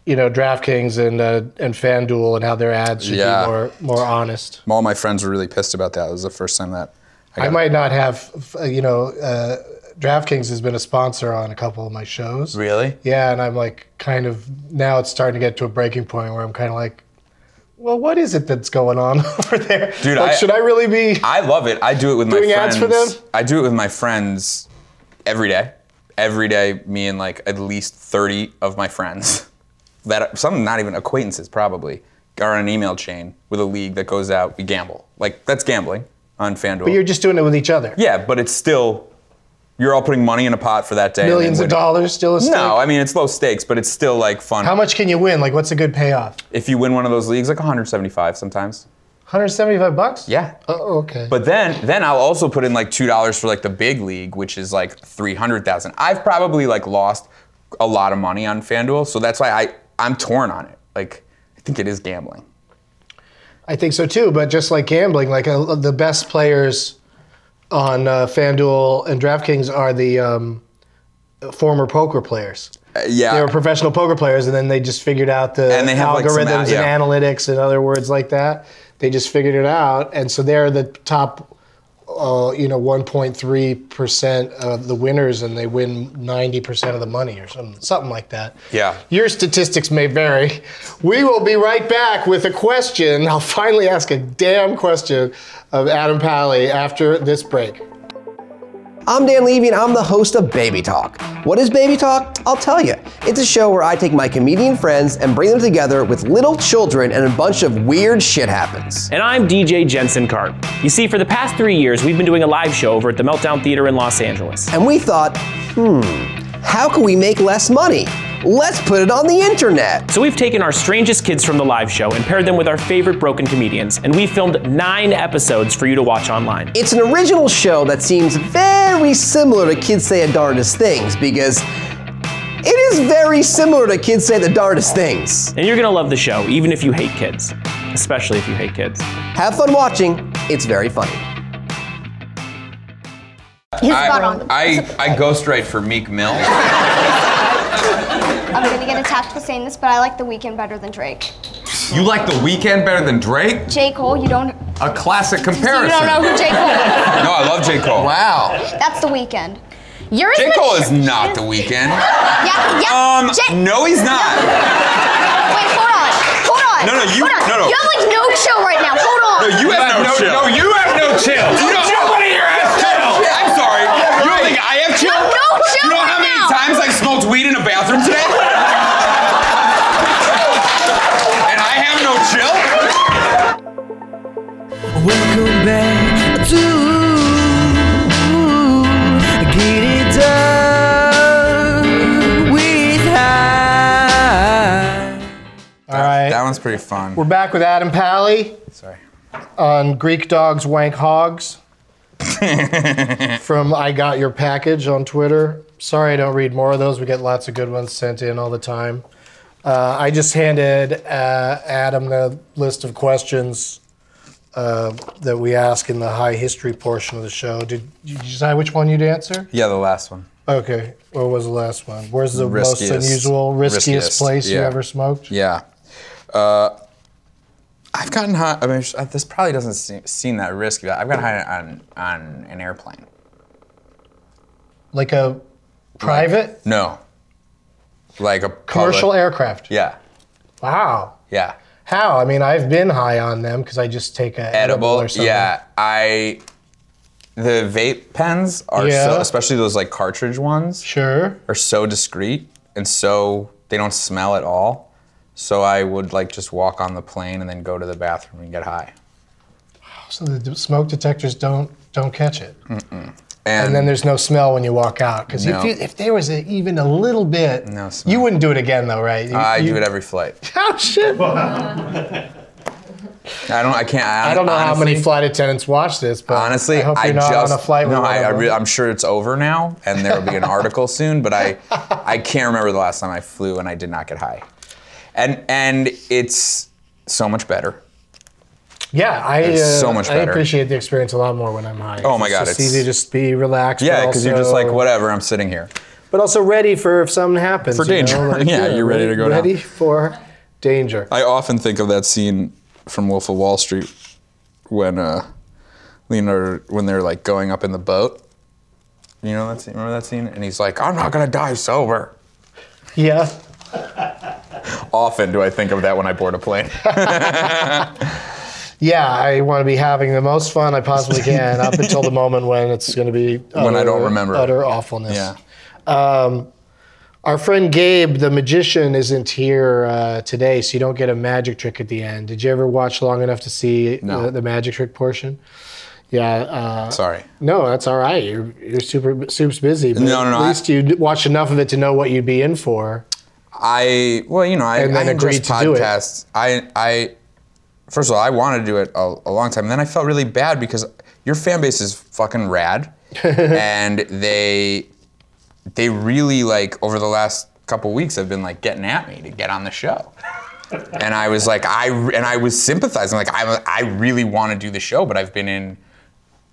Speaker 1: you know DraftKings and uh, and FanDuel and how their ads should
Speaker 2: Yeah.
Speaker 1: be more more honest.
Speaker 2: All my friends were really pissed about that. It was the first time that.
Speaker 1: I
Speaker 2: got-
Speaker 1: might not have f- uh, you know uh, DraftKings has been a sponsor on a couple of my shows.
Speaker 2: Really?
Speaker 1: Yeah, and I'm like kind of now it's starting to get to a breaking point where I'm kind of like, well, what is it that's going on over there?
Speaker 2: Dude,
Speaker 1: like,
Speaker 2: I-
Speaker 1: should I really be?
Speaker 2: I love it. I do it with
Speaker 1: Doing
Speaker 2: my
Speaker 1: ads
Speaker 2: friends.
Speaker 1: for them?
Speaker 2: I do it with my friends every day. Every day, me and like at least 30 of my friends that are, some not even acquaintances probably are on an email chain with a league that goes out. We gamble. Like that's gambling on FanDuel.
Speaker 1: You're just doing it with each other.
Speaker 2: yeah, but it's still you're all putting money in a pot for that day. and then
Speaker 1: Millions of
Speaker 2: winning.
Speaker 1: dollars still a stake.
Speaker 2: No, I mean it's low stakes, but it's still like fun.
Speaker 1: How much can you win? Like, what's a good payoff?
Speaker 2: if you win one of those leagues, like 175 sometimes.
Speaker 1: 175 bucks?
Speaker 2: Yeah.
Speaker 1: Oh, okay.
Speaker 2: But then then I'll also put in like two dollars for like the big league, which is like three hundred thousand. I've probably like lost a lot of money on FanDuel, so that's why I I'm torn on it. Like I think it is gambling.
Speaker 1: I think so too. But just like gambling, like uh, the best players on uh, FanDuel and DraftKings are the um, former poker players.
Speaker 2: Uh, yeah.
Speaker 1: They were professional poker players, and then they just figured out the
Speaker 2: And they have, like,
Speaker 1: algorithms
Speaker 2: some al- yeah.
Speaker 1: and analytics and other words like that. They just figured it out, and so they're the top uh, you know 1.3 percent of the winners and they win 90 percent of the money or something, something like that.
Speaker 2: Yeah.
Speaker 1: Your statistics may vary. We will be right back with a question. I'll finally ask a damn question of Adam Pally after this break.
Speaker 4: I'm Dan Levy and I'm the host of Baby Talk. What is Baby Talk? I'll tell you. It's a show where I take my comedian friends and bring them together with little children and a bunch of weird shit happens.
Speaker 5: And I'm DJ Jensen Carp. You see, for the past three years, we've been doing a live show over at the Meltdown Theater in Los Angeles.
Speaker 4: And we thought, hmm, how can we make less money? Let's put it on the internet.
Speaker 5: So we've taken our strangest kids from the live show and paired them with our favorite broken comedians, and we filmed nine episodes for you to watch online.
Speaker 4: It's an original show that seems very similar to Kids Say the Darndest Things because it is very similar to Kids Say the Darndest Things.
Speaker 5: And you're gonna love the show, even if you hate kids, especially if you hate kids.
Speaker 4: Have fun watching, it's very funny.
Speaker 6: He's
Speaker 2: I,
Speaker 6: spot on.
Speaker 2: I, I ghostwrite for Meek Mill.
Speaker 6: I'm gonna get attacked for saying this, but I like The Weeknd better than Drake.
Speaker 2: you like The Weeknd better than Drake?
Speaker 6: J. Cole, you don't.
Speaker 2: A classic comparison.
Speaker 6: You don't know who J. Cole is.
Speaker 2: No, I love J. Cole.
Speaker 4: Wow.
Speaker 6: That's The Weeknd.
Speaker 7: You're as
Speaker 2: J. Cole is
Speaker 7: mature-
Speaker 2: not The Weeknd.
Speaker 6: Yeah, yeah.
Speaker 2: Um,
Speaker 6: J-
Speaker 2: no, he's not.
Speaker 6: Wait, hold on. Hold on.
Speaker 2: No, no, you-
Speaker 6: Hold on.
Speaker 2: no, no.
Speaker 6: You have like no chill right now. Hold on.
Speaker 2: No, you have no, chill. No, you have no chill. You don't, nobody here has chill. I'm sorry. You don't think I have chill?
Speaker 6: No, no
Speaker 2: You
Speaker 6: chill
Speaker 2: know
Speaker 6: right
Speaker 2: how many
Speaker 6: now.
Speaker 2: times I smoked weed in a bathroom today? and I have no chill?
Speaker 8: Welcome back to Get It Done with High.
Speaker 1: All right.
Speaker 2: That one's pretty fun.
Speaker 1: We're back with Adam Pally
Speaker 2: Sorry.
Speaker 1: on Greek Dogs Wank Hogs from I Got Your Package on Twitter. Sorry I don't read more of those. We get lots of good ones sent in all the time. Uh, I just handed uh, Adam the list of questions uh, that we ask in the high history portion of the show. Did you decide which one you'd answer?
Speaker 2: Yeah, the last one.
Speaker 1: Okay. What was the last one? Where's the
Speaker 2: Riskiest.
Speaker 1: most unusual, riskiest,
Speaker 2: Riskiest,
Speaker 1: place you
Speaker 2: yeah.
Speaker 1: ever smoked?
Speaker 2: Yeah. Uh, I've gotten high. I mean, sh- uh, this probably doesn't seem, seem that risky, but I've gotten high on, on an airplane.
Speaker 1: Like a private
Speaker 2: No. Like a public-
Speaker 1: commercial aircraft.
Speaker 2: Yeah.
Speaker 1: Wow.
Speaker 2: Yeah.
Speaker 1: How? I mean, I've been high on them because I just take a edible,
Speaker 2: Edible.
Speaker 1: or something.
Speaker 2: yeah. I. The vape pens are
Speaker 1: Yeah.
Speaker 2: so, especially those like cartridge ones,
Speaker 1: Sure.
Speaker 2: are so discreet and so they don't smell at all. So I would like just walk on the plane and then go to the bathroom and get high.
Speaker 1: So the d- smoke detectors don't don't catch it,
Speaker 2: And,
Speaker 1: and then there's no smell when you walk out. Because
Speaker 2: Mm-hmm. No.
Speaker 1: if you, if there was a, even a little bit,
Speaker 2: No smell.
Speaker 1: you wouldn't do it again though, right? You,
Speaker 2: I
Speaker 1: you-
Speaker 2: do it every flight.
Speaker 1: Oh shit!
Speaker 2: I don't. I can't.
Speaker 1: I don't know how many
Speaker 2: honestly-
Speaker 1: flight attendants watch this, but
Speaker 2: Honestly,
Speaker 1: I hope you're
Speaker 2: I
Speaker 1: not
Speaker 2: just
Speaker 1: on a flight with
Speaker 2: no.
Speaker 1: one
Speaker 2: I,
Speaker 1: of
Speaker 2: I
Speaker 1: them.
Speaker 2: re- I'm sure it's over now, and there will be an article soon. But I, I can't remember the last time I flew and I did not get high, and and it's so much better.
Speaker 1: yeah, I
Speaker 2: It's
Speaker 1: uh,
Speaker 2: so much
Speaker 1: I
Speaker 2: better.
Speaker 1: appreciate the experience a lot more when I'm high.
Speaker 2: Oh my God,
Speaker 1: it's just
Speaker 2: it's-
Speaker 1: easy to just be relaxed.
Speaker 2: Yeah,
Speaker 1: but
Speaker 2: because you're just
Speaker 1: also-
Speaker 2: like whatever. I'm sitting here.
Speaker 1: but also ready for if something happens.
Speaker 2: For
Speaker 1: you know,
Speaker 2: danger.
Speaker 1: like,
Speaker 2: Yeah, you're ready to go down.
Speaker 1: Ready for danger.
Speaker 2: I often think of that scene from Wolf of Wall Street when uh, Leonardo when they're like going up in the boat. You know that scene? Remember that scene? And he's like, "I'm not gonna die sober."
Speaker 1: Yeah.
Speaker 2: Often do I think of that when I board a plane.
Speaker 1: Yeah, I want to be having the most fun I possibly can up until the moment when it's going to be
Speaker 2: When I
Speaker 1: utter-
Speaker 2: don't remember.
Speaker 1: utter awfulness. Um,
Speaker 2: yeah.
Speaker 1: Our friend Gabe, the magician, isn't here uh, today, so you don't get a magic trick at the end. Did you ever watch long enough to see
Speaker 2: No.
Speaker 1: the, the magic trick portion? Yeah. Uh,
Speaker 2: Sorry.
Speaker 1: no, that's all right. You're you're super super busy. But
Speaker 2: No, no,
Speaker 1: at
Speaker 2: no, I-
Speaker 1: least you watched enough of it to know what you'd be in for.
Speaker 2: I well, you know, I,
Speaker 1: And then
Speaker 2: I agreed
Speaker 1: agreed
Speaker 2: ingest
Speaker 1: to do it.
Speaker 2: podcasts. I I first of all, I wanted to do it a, a long time. And then I felt really bad because your fan base is fucking rad, and they they really like over the last couple weeks have been like getting at me to get on the show. and I was like, I and I was sympathizing. Like I I really want to do the show, but I've been in.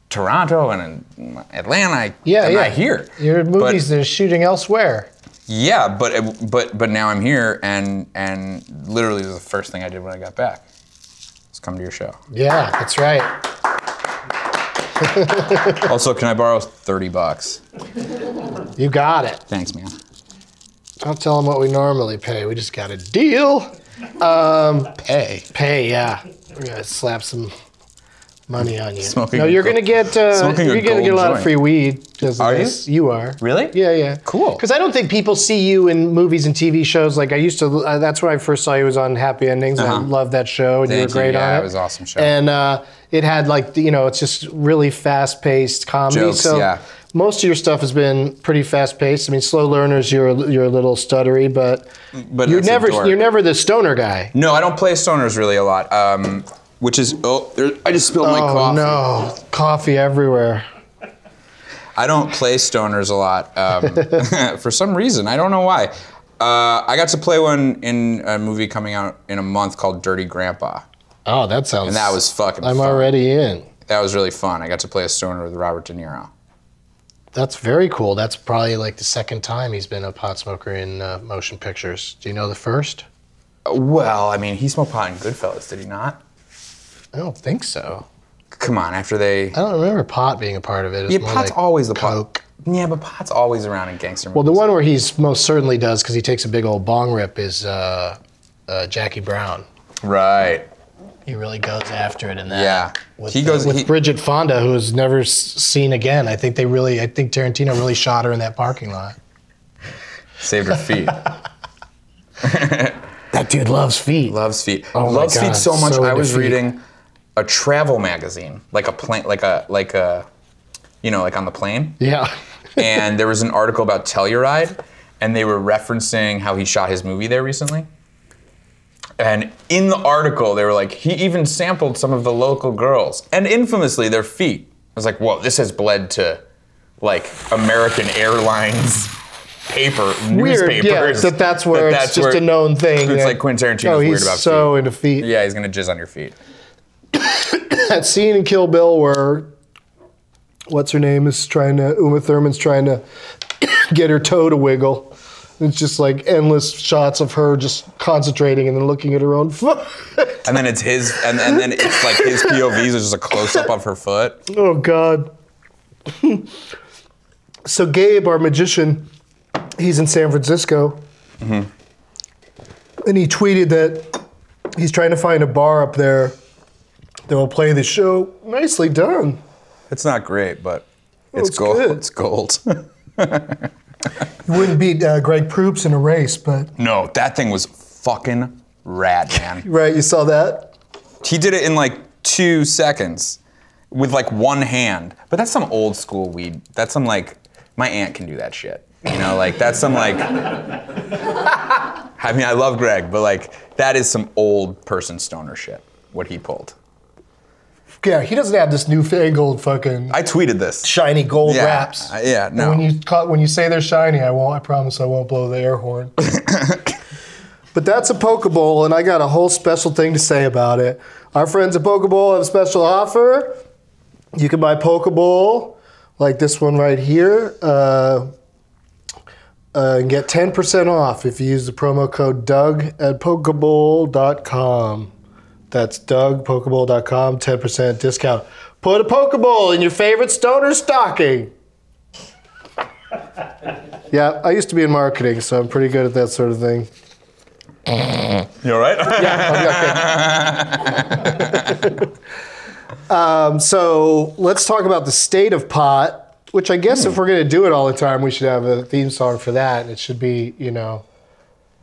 Speaker 2: Toronto and in Atlanta, I,
Speaker 1: Yeah,
Speaker 2: I'm
Speaker 1: yeah.
Speaker 2: not here.
Speaker 1: Your
Speaker 2: But-
Speaker 1: movies they're shooting elsewhere.
Speaker 2: yeah, but it, but but now I'm here, and and literally the first thing I did when I got back was come to your show.
Speaker 1: Yeah, that's right.
Speaker 2: also, can I borrow 30 bucks?
Speaker 1: You got it.
Speaker 2: Thanks, man.
Speaker 1: Don't tell them what we normally pay. We just got a deal. Um,
Speaker 2: Hey.
Speaker 1: Pay, yeah. We're gonna slap some money on you.
Speaker 2: Smoking
Speaker 1: no,
Speaker 2: a
Speaker 1: you're
Speaker 2: gold-
Speaker 1: gonna get uh,
Speaker 2: smoking a
Speaker 1: you're gonna get a
Speaker 2: gold
Speaker 1: lot of
Speaker 2: joint.
Speaker 1: free weed because
Speaker 2: Are
Speaker 1: of
Speaker 2: you?
Speaker 1: this. You? are.
Speaker 2: Really?
Speaker 1: Yeah, yeah.
Speaker 2: Cool.
Speaker 1: Because I don't think people see you in movies and TV shows. Like I used to. Uh, that's when I first saw you was on Happy Endings. And I
Speaker 2: Uh-huh.
Speaker 1: loved that show, and you
Speaker 2: Thank
Speaker 1: were
Speaker 2: you.
Speaker 1: great on
Speaker 2: Yeah,
Speaker 1: it.
Speaker 2: it was an awesome show.
Speaker 1: And uh, it had like the- you know, it's just really fast paced comedy.
Speaker 2: Jokes,
Speaker 1: so
Speaker 2: yeah.
Speaker 1: most of your stuff has been pretty fast paced. I mean, slow learners, you're a- you're a little stuttery, but.
Speaker 2: But
Speaker 1: You're
Speaker 2: that's a
Speaker 1: never,
Speaker 2: dork.
Speaker 1: you're never the stoner guy.
Speaker 2: No, I don't play stoners really a lot. Um, which is oh, there, I just spilled my
Speaker 1: oh
Speaker 2: coffee.
Speaker 1: no, coffee everywhere.
Speaker 2: I don't play stoners a lot um, for some reason. I don't know why. Uh, I got to play one in a movie coming out in a month called Dirty Grandpa.
Speaker 1: Oh, that sounds.
Speaker 2: And that was fucking
Speaker 1: I'm
Speaker 2: fun.
Speaker 1: already in.
Speaker 2: That was really fun. I got to play a stoner with Robert De Niro.
Speaker 1: That's very cool. That's probably like the second time he's been a pot smoker in uh, motion pictures. Do you know the first?
Speaker 2: Uh, Well, I mean, he smoked pot in Goodfellas, did he not?
Speaker 1: I don't think so.
Speaker 2: Come on, after they.
Speaker 1: I don't remember pot being a part of it. It's
Speaker 2: Yeah,
Speaker 1: more
Speaker 2: pot's
Speaker 1: like
Speaker 2: always the
Speaker 1: Coke.
Speaker 2: pot. Yeah, but pot's always around in gangster movies.
Speaker 1: Well, the one where he's most certainly does because he takes a big old bong rip is uh, uh, Jackie Brown.
Speaker 2: Right.
Speaker 1: He really goes after it in that.
Speaker 2: Yeah.
Speaker 1: With,
Speaker 2: he
Speaker 1: the-
Speaker 2: goes.
Speaker 1: with
Speaker 2: he-
Speaker 1: Bridget Fonda, who is never s- seen again. I think they really, I think Tarantino really shot her in that parking lot.
Speaker 2: saved her feet.
Speaker 1: That dude loves feet.
Speaker 2: Loves feet.
Speaker 1: Oh my
Speaker 2: Loves
Speaker 1: God,
Speaker 2: feet so much.
Speaker 1: so
Speaker 2: I
Speaker 1: into
Speaker 2: was
Speaker 1: feet.
Speaker 2: reading a travel magazine, like a plane, like a like a, you know, like on the plane.
Speaker 1: Yeah.
Speaker 2: and there was an article about Telluride, and they were referencing how he shot his movie there recently. And in the article, they were like, he even sampled some of the local girls, and infamously their feet. I was like, whoa, this has bled to like American Airlines paper
Speaker 1: Weird,
Speaker 2: newspapers.
Speaker 1: yeah. That that's where
Speaker 2: that
Speaker 1: it's just a known thing.
Speaker 2: It's
Speaker 1: that-
Speaker 2: like Quentin Tarantino's
Speaker 1: oh,
Speaker 2: weird
Speaker 1: he's
Speaker 2: about
Speaker 1: so
Speaker 2: feet.
Speaker 1: into feet.
Speaker 2: Yeah, he's gonna jizz on your feet.
Speaker 1: That scene in Kill Bill where what's her name is trying to Uh, Uma Thurman's trying to get her toe to wiggle. It's just like endless shots of her just concentrating and then looking at her own foot.
Speaker 2: And then it's his, and, and then it's like his POVs is just a close up of her foot.
Speaker 1: Oh God. so Gabe, our magician, he's in San Francisco, Mm-hmm. and he tweeted that he's trying to find a bar up there that will play the show. Nicely done.
Speaker 2: It's not great, but
Speaker 1: Oh,
Speaker 2: it's,
Speaker 1: it's
Speaker 2: gold.
Speaker 1: good.
Speaker 2: It's gold.
Speaker 1: You wouldn't beat uh, Greg Proops in a race, but
Speaker 2: No, that thing was fucking rad, man.
Speaker 1: right, you saw that.
Speaker 2: he did it in like two seconds with like one hand. But that's some old school weed. That's some like my aunt can do that shit. You know, like that's some like. I mean, I love Greg, but like that is some old person stoner shit. What he pulled.
Speaker 1: Yeah, he doesn't have this newfangled fucking
Speaker 2: I tweeted this.
Speaker 1: shiny gold
Speaker 2: Yeah,
Speaker 1: wraps.
Speaker 2: uh, yeah,
Speaker 1: And
Speaker 2: no.
Speaker 1: When you ca- when you say they're shiny, I won't. I promise I won't blow the air horn. but that's a Pokeball, and I got a whole special thing to say about it. Our friends at Pokeball have a special offer. You can buy Pokeball, like this one right here, uh, uh, and get 10% off if you use the promo code Doug at Pokeball.com. That's DougPokeball.com, 10% discount. Put a Pokeball in your favorite stoner stocking. yeah, I used to be in marketing, so I'm pretty good at that sort of thing.
Speaker 2: You all right?
Speaker 1: Um, so let's talk about the state of pot, which I guess if we're going to do it all the time, we should have a theme song for that. It should be, you know,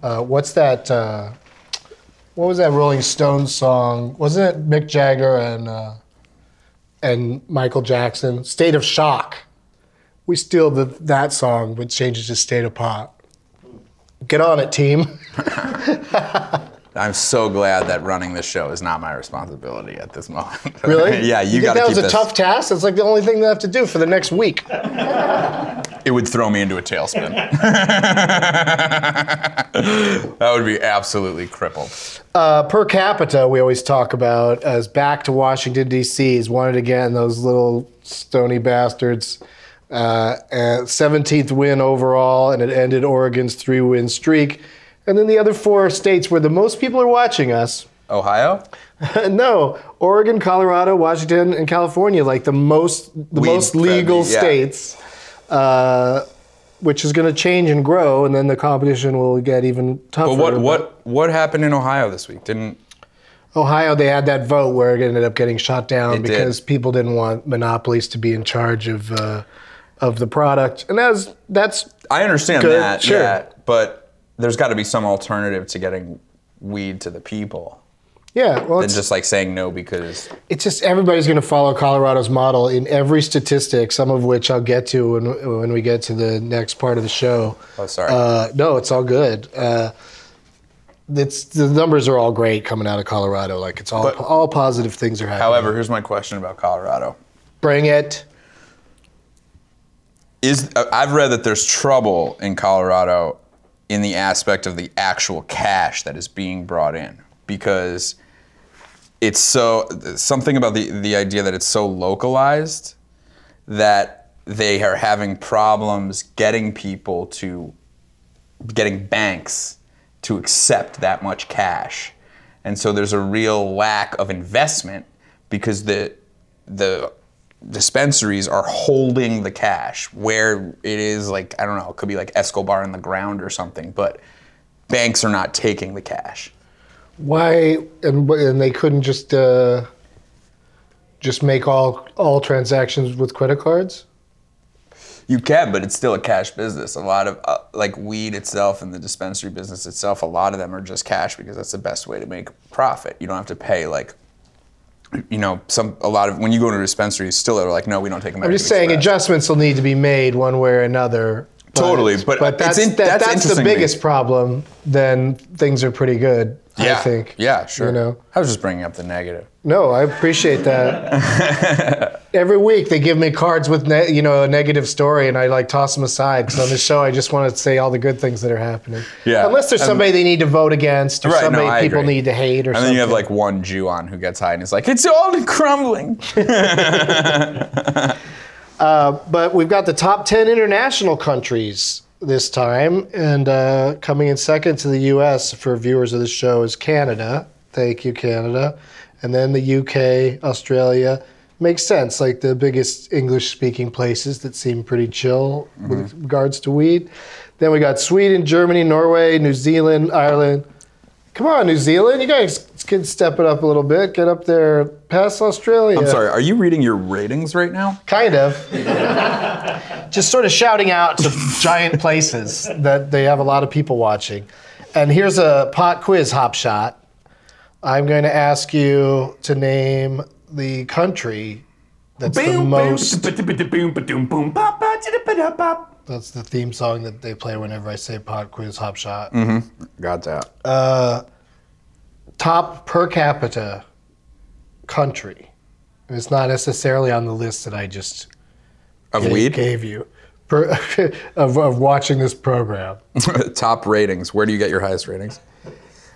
Speaker 1: uh, what's that? Uh, what was that Rolling Stones song? Wasn't it Mick Jagger and uh, and Michael Jackson? State of Shock. We steal the, that song, but changes to State of Pot. Get on it, team.
Speaker 2: I'm so glad that running this show is not my responsibility at this moment.
Speaker 1: Really?
Speaker 2: yeah, you,
Speaker 1: think
Speaker 2: got to
Speaker 1: that
Speaker 2: keep
Speaker 1: was a
Speaker 2: this.
Speaker 1: tough task. That's like the only thing they have to do for the next week.
Speaker 2: It would throw me into a tailspin. that would be absolutely crippled.
Speaker 1: per capita we always talk about as back to Washington D.C. is wanted again. Those little stony bastards. Uh, uh, 17th win overall, and it ended Oregon's three-win streak. And then the other four states where the most people are watching uh, us
Speaker 2: Ohio?
Speaker 1: no, Oh, Oregon, Colorado, Washington, and California, like the most the
Speaker 2: Weed
Speaker 1: most legal
Speaker 2: friendly, yeah.
Speaker 1: states, uh, which is going to change and grow, and then the competition will get even tougher.
Speaker 2: But what what what happened in Ohio this week? Didn't
Speaker 1: Ohio, they had that vote where it ended up getting shot down
Speaker 2: It did.
Speaker 1: because people didn't want monopolies to be in charge of uh, of the product, and as that's
Speaker 2: I understand
Speaker 1: Good,
Speaker 2: that,
Speaker 1: sure.
Speaker 2: yeah, but there's got to be some alternative to getting weed to the people
Speaker 1: yeah, well,
Speaker 2: than
Speaker 1: it's,
Speaker 2: just like saying no because
Speaker 1: it's just everybody's going to follow Colorado's model in every statistic, some of which I'll get to when when we get to the next part of the show.
Speaker 2: oh sorry.
Speaker 1: Uh, no, it's all good. Uh, it's the numbers are all great coming out of Colorado. Like it's all
Speaker 2: But-
Speaker 1: all positive things are happening.
Speaker 2: However, here's my question about Colorado.
Speaker 1: bring it.
Speaker 2: Is I- I've read that there's trouble in Colorado in the aspect of the actual cash that is being brought in because it's so something about the the idea that it's so localized that they are having problems getting people to getting banks to accept that much cash. And so there's a real lack of investment because the the dispensaries are holding the cash where it is like I don't know, it could be like Escobar in the ground or something, but banks are not taking the cash.
Speaker 1: Why and wh- and they couldn't just uh, just make all all transactions with credit cards.
Speaker 2: You can, but it's still a cash business. A lot of uh, like weed itself and the dispensary business itself, a lot of them are just cash because that's the best way to make profit. You don't have to pay like you know, some a lot of when you go to dispensaries, still they're like, no, we don't take American
Speaker 1: I'm just saying
Speaker 2: Express."
Speaker 1: adjustments will need to be made one way or another. but-
Speaker 2: Totally, but it's
Speaker 1: that's
Speaker 2: in-
Speaker 1: that,
Speaker 2: that's
Speaker 1: that's the
Speaker 2: interesting to me.
Speaker 1: biggest problem. Then things are pretty good.
Speaker 2: Yeah,
Speaker 1: I think.
Speaker 2: Yeah, sure.
Speaker 1: You know.
Speaker 2: I was just bringing up the negative.
Speaker 1: No, I appreciate that. Every week they give me cards with ne- you know a negative story, and I like toss them aside because on this show I just want to say all the good things that are happening.
Speaker 2: Yeah.
Speaker 1: Unless there's
Speaker 2: Um,
Speaker 1: somebody they need to vote against, or
Speaker 2: Right, no,
Speaker 1: somebody
Speaker 2: I
Speaker 1: people
Speaker 2: agree.
Speaker 1: need to hate, or
Speaker 2: And
Speaker 1: something.
Speaker 2: then you have like one Jew on who gets high and is like, it's all crumbling.
Speaker 1: But we've got the top ten international countries this time, and uh, coming in second to the U.S. for viewers of the show is Canada. Thank you, Canada, and then the U.K., Australia. Makes sense, like the biggest English-speaking places that seem pretty chill with regards to weed. Then we got Sweden, Germany, Norway, New Zealand, Ireland. Come on, New Zealand, you guys can step it up a little bit. Get up there, past Australia.
Speaker 2: I'm sorry, are you reading your ratings right now?
Speaker 1: Kind of. Just sort of shouting out to giant places that they have a lot of people watching. And here's a pot quiz hop shot. I'm going to ask you to name the country that's the most. That's the theme song that they play whenever I say pot quiz hop shot.
Speaker 2: Got that.
Speaker 1: Top per capita country. And it's not necessarily on the list that I just
Speaker 2: of
Speaker 1: gave,
Speaker 2: weed?
Speaker 1: gave you per, of, of watching this program
Speaker 2: Top ratings. Where do you get your highest ratings?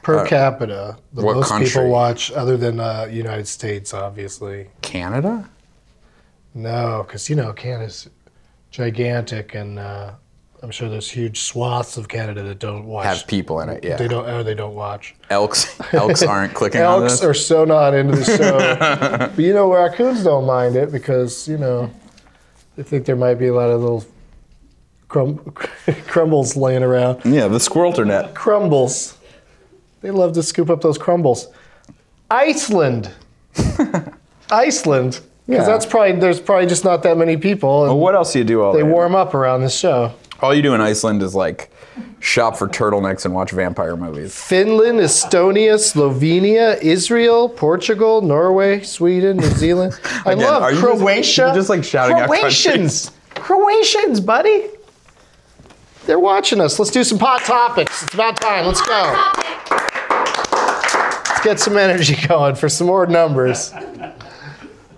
Speaker 1: per capita. The
Speaker 2: Uh, what
Speaker 1: most
Speaker 2: country?
Speaker 1: people watch, other than uh, United States, obviously.
Speaker 2: Canada?
Speaker 1: No, because you know Canada's gigantic, and uh, I'm sure there's huge swaths of Canada that don't watch.
Speaker 2: Have people in it, yeah.
Speaker 1: They don't. Or they don't watch.
Speaker 2: Elks elks aren't clicking on
Speaker 1: Elks
Speaker 2: this.
Speaker 1: are so not into the show, but you know raccoons don't mind it because you know they think there might be a lot of little crum- crumbles laying around.
Speaker 2: yeah, the squirrelter net.
Speaker 1: crumbles. They love to scoop up those crumbles. Iceland. Iceland. Because
Speaker 2: Yeah.
Speaker 1: that's probably there's probably just not that many people. And
Speaker 2: What else do you do all
Speaker 1: they
Speaker 2: day?
Speaker 1: warm up around this show.
Speaker 2: All you do in Iceland is like shop for turtlenecks and watch vampire movies.
Speaker 1: Finland, Estonia, Slovenia, Israel, Portugal, Norway, Sweden, New Zealand. I
Speaker 2: Again,
Speaker 1: love
Speaker 2: are you just-
Speaker 1: Croatia.
Speaker 2: you're just, like, shouting out
Speaker 1: Croatians. Croatians, buddy. They're watching us. Let's do some pot topics. It's about time. Let's go. Let's get some energy going for some more numbers,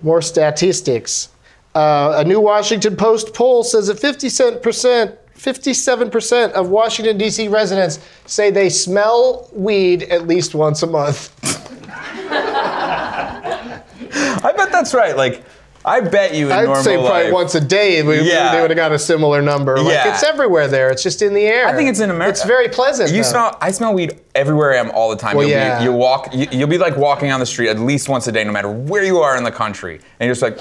Speaker 1: more statistics. Uh, a new Washington Post poll says that 57%, 57% of Washington, D.C. residents say they smell weed at least once a month.
Speaker 2: I bet that's right. Like I bet you in
Speaker 1: I'd
Speaker 2: normal
Speaker 1: say probably
Speaker 2: life-
Speaker 1: once a day we,
Speaker 2: Yeah.
Speaker 1: they would have got a similar number. Like
Speaker 2: Yeah.
Speaker 1: it's everywhere there. It's just in the air.
Speaker 2: I think it's in America.
Speaker 1: It's very pleasant.
Speaker 2: You
Speaker 1: though.
Speaker 2: smell. I smell weed everywhere I am all the time.
Speaker 1: Well,
Speaker 2: you'll,
Speaker 1: yeah.
Speaker 2: be, you'll walk. You, you'll be like walking on the street at least once a day, no matter where you are in the country, and you're just like,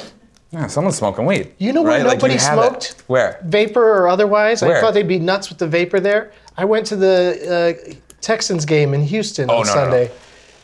Speaker 2: yeah, someone's smoking weed.
Speaker 1: You know where
Speaker 2: Right? Like, you
Speaker 1: nobody
Speaker 2: have it.
Speaker 1: smoked?
Speaker 2: Where?
Speaker 1: Vapor or otherwise.
Speaker 2: Where?
Speaker 1: I thought they'd be nuts with the vapor there. I went to the uh, Texans game in Houston
Speaker 2: Oh,
Speaker 1: on
Speaker 2: no, no, no.
Speaker 1: Sunday.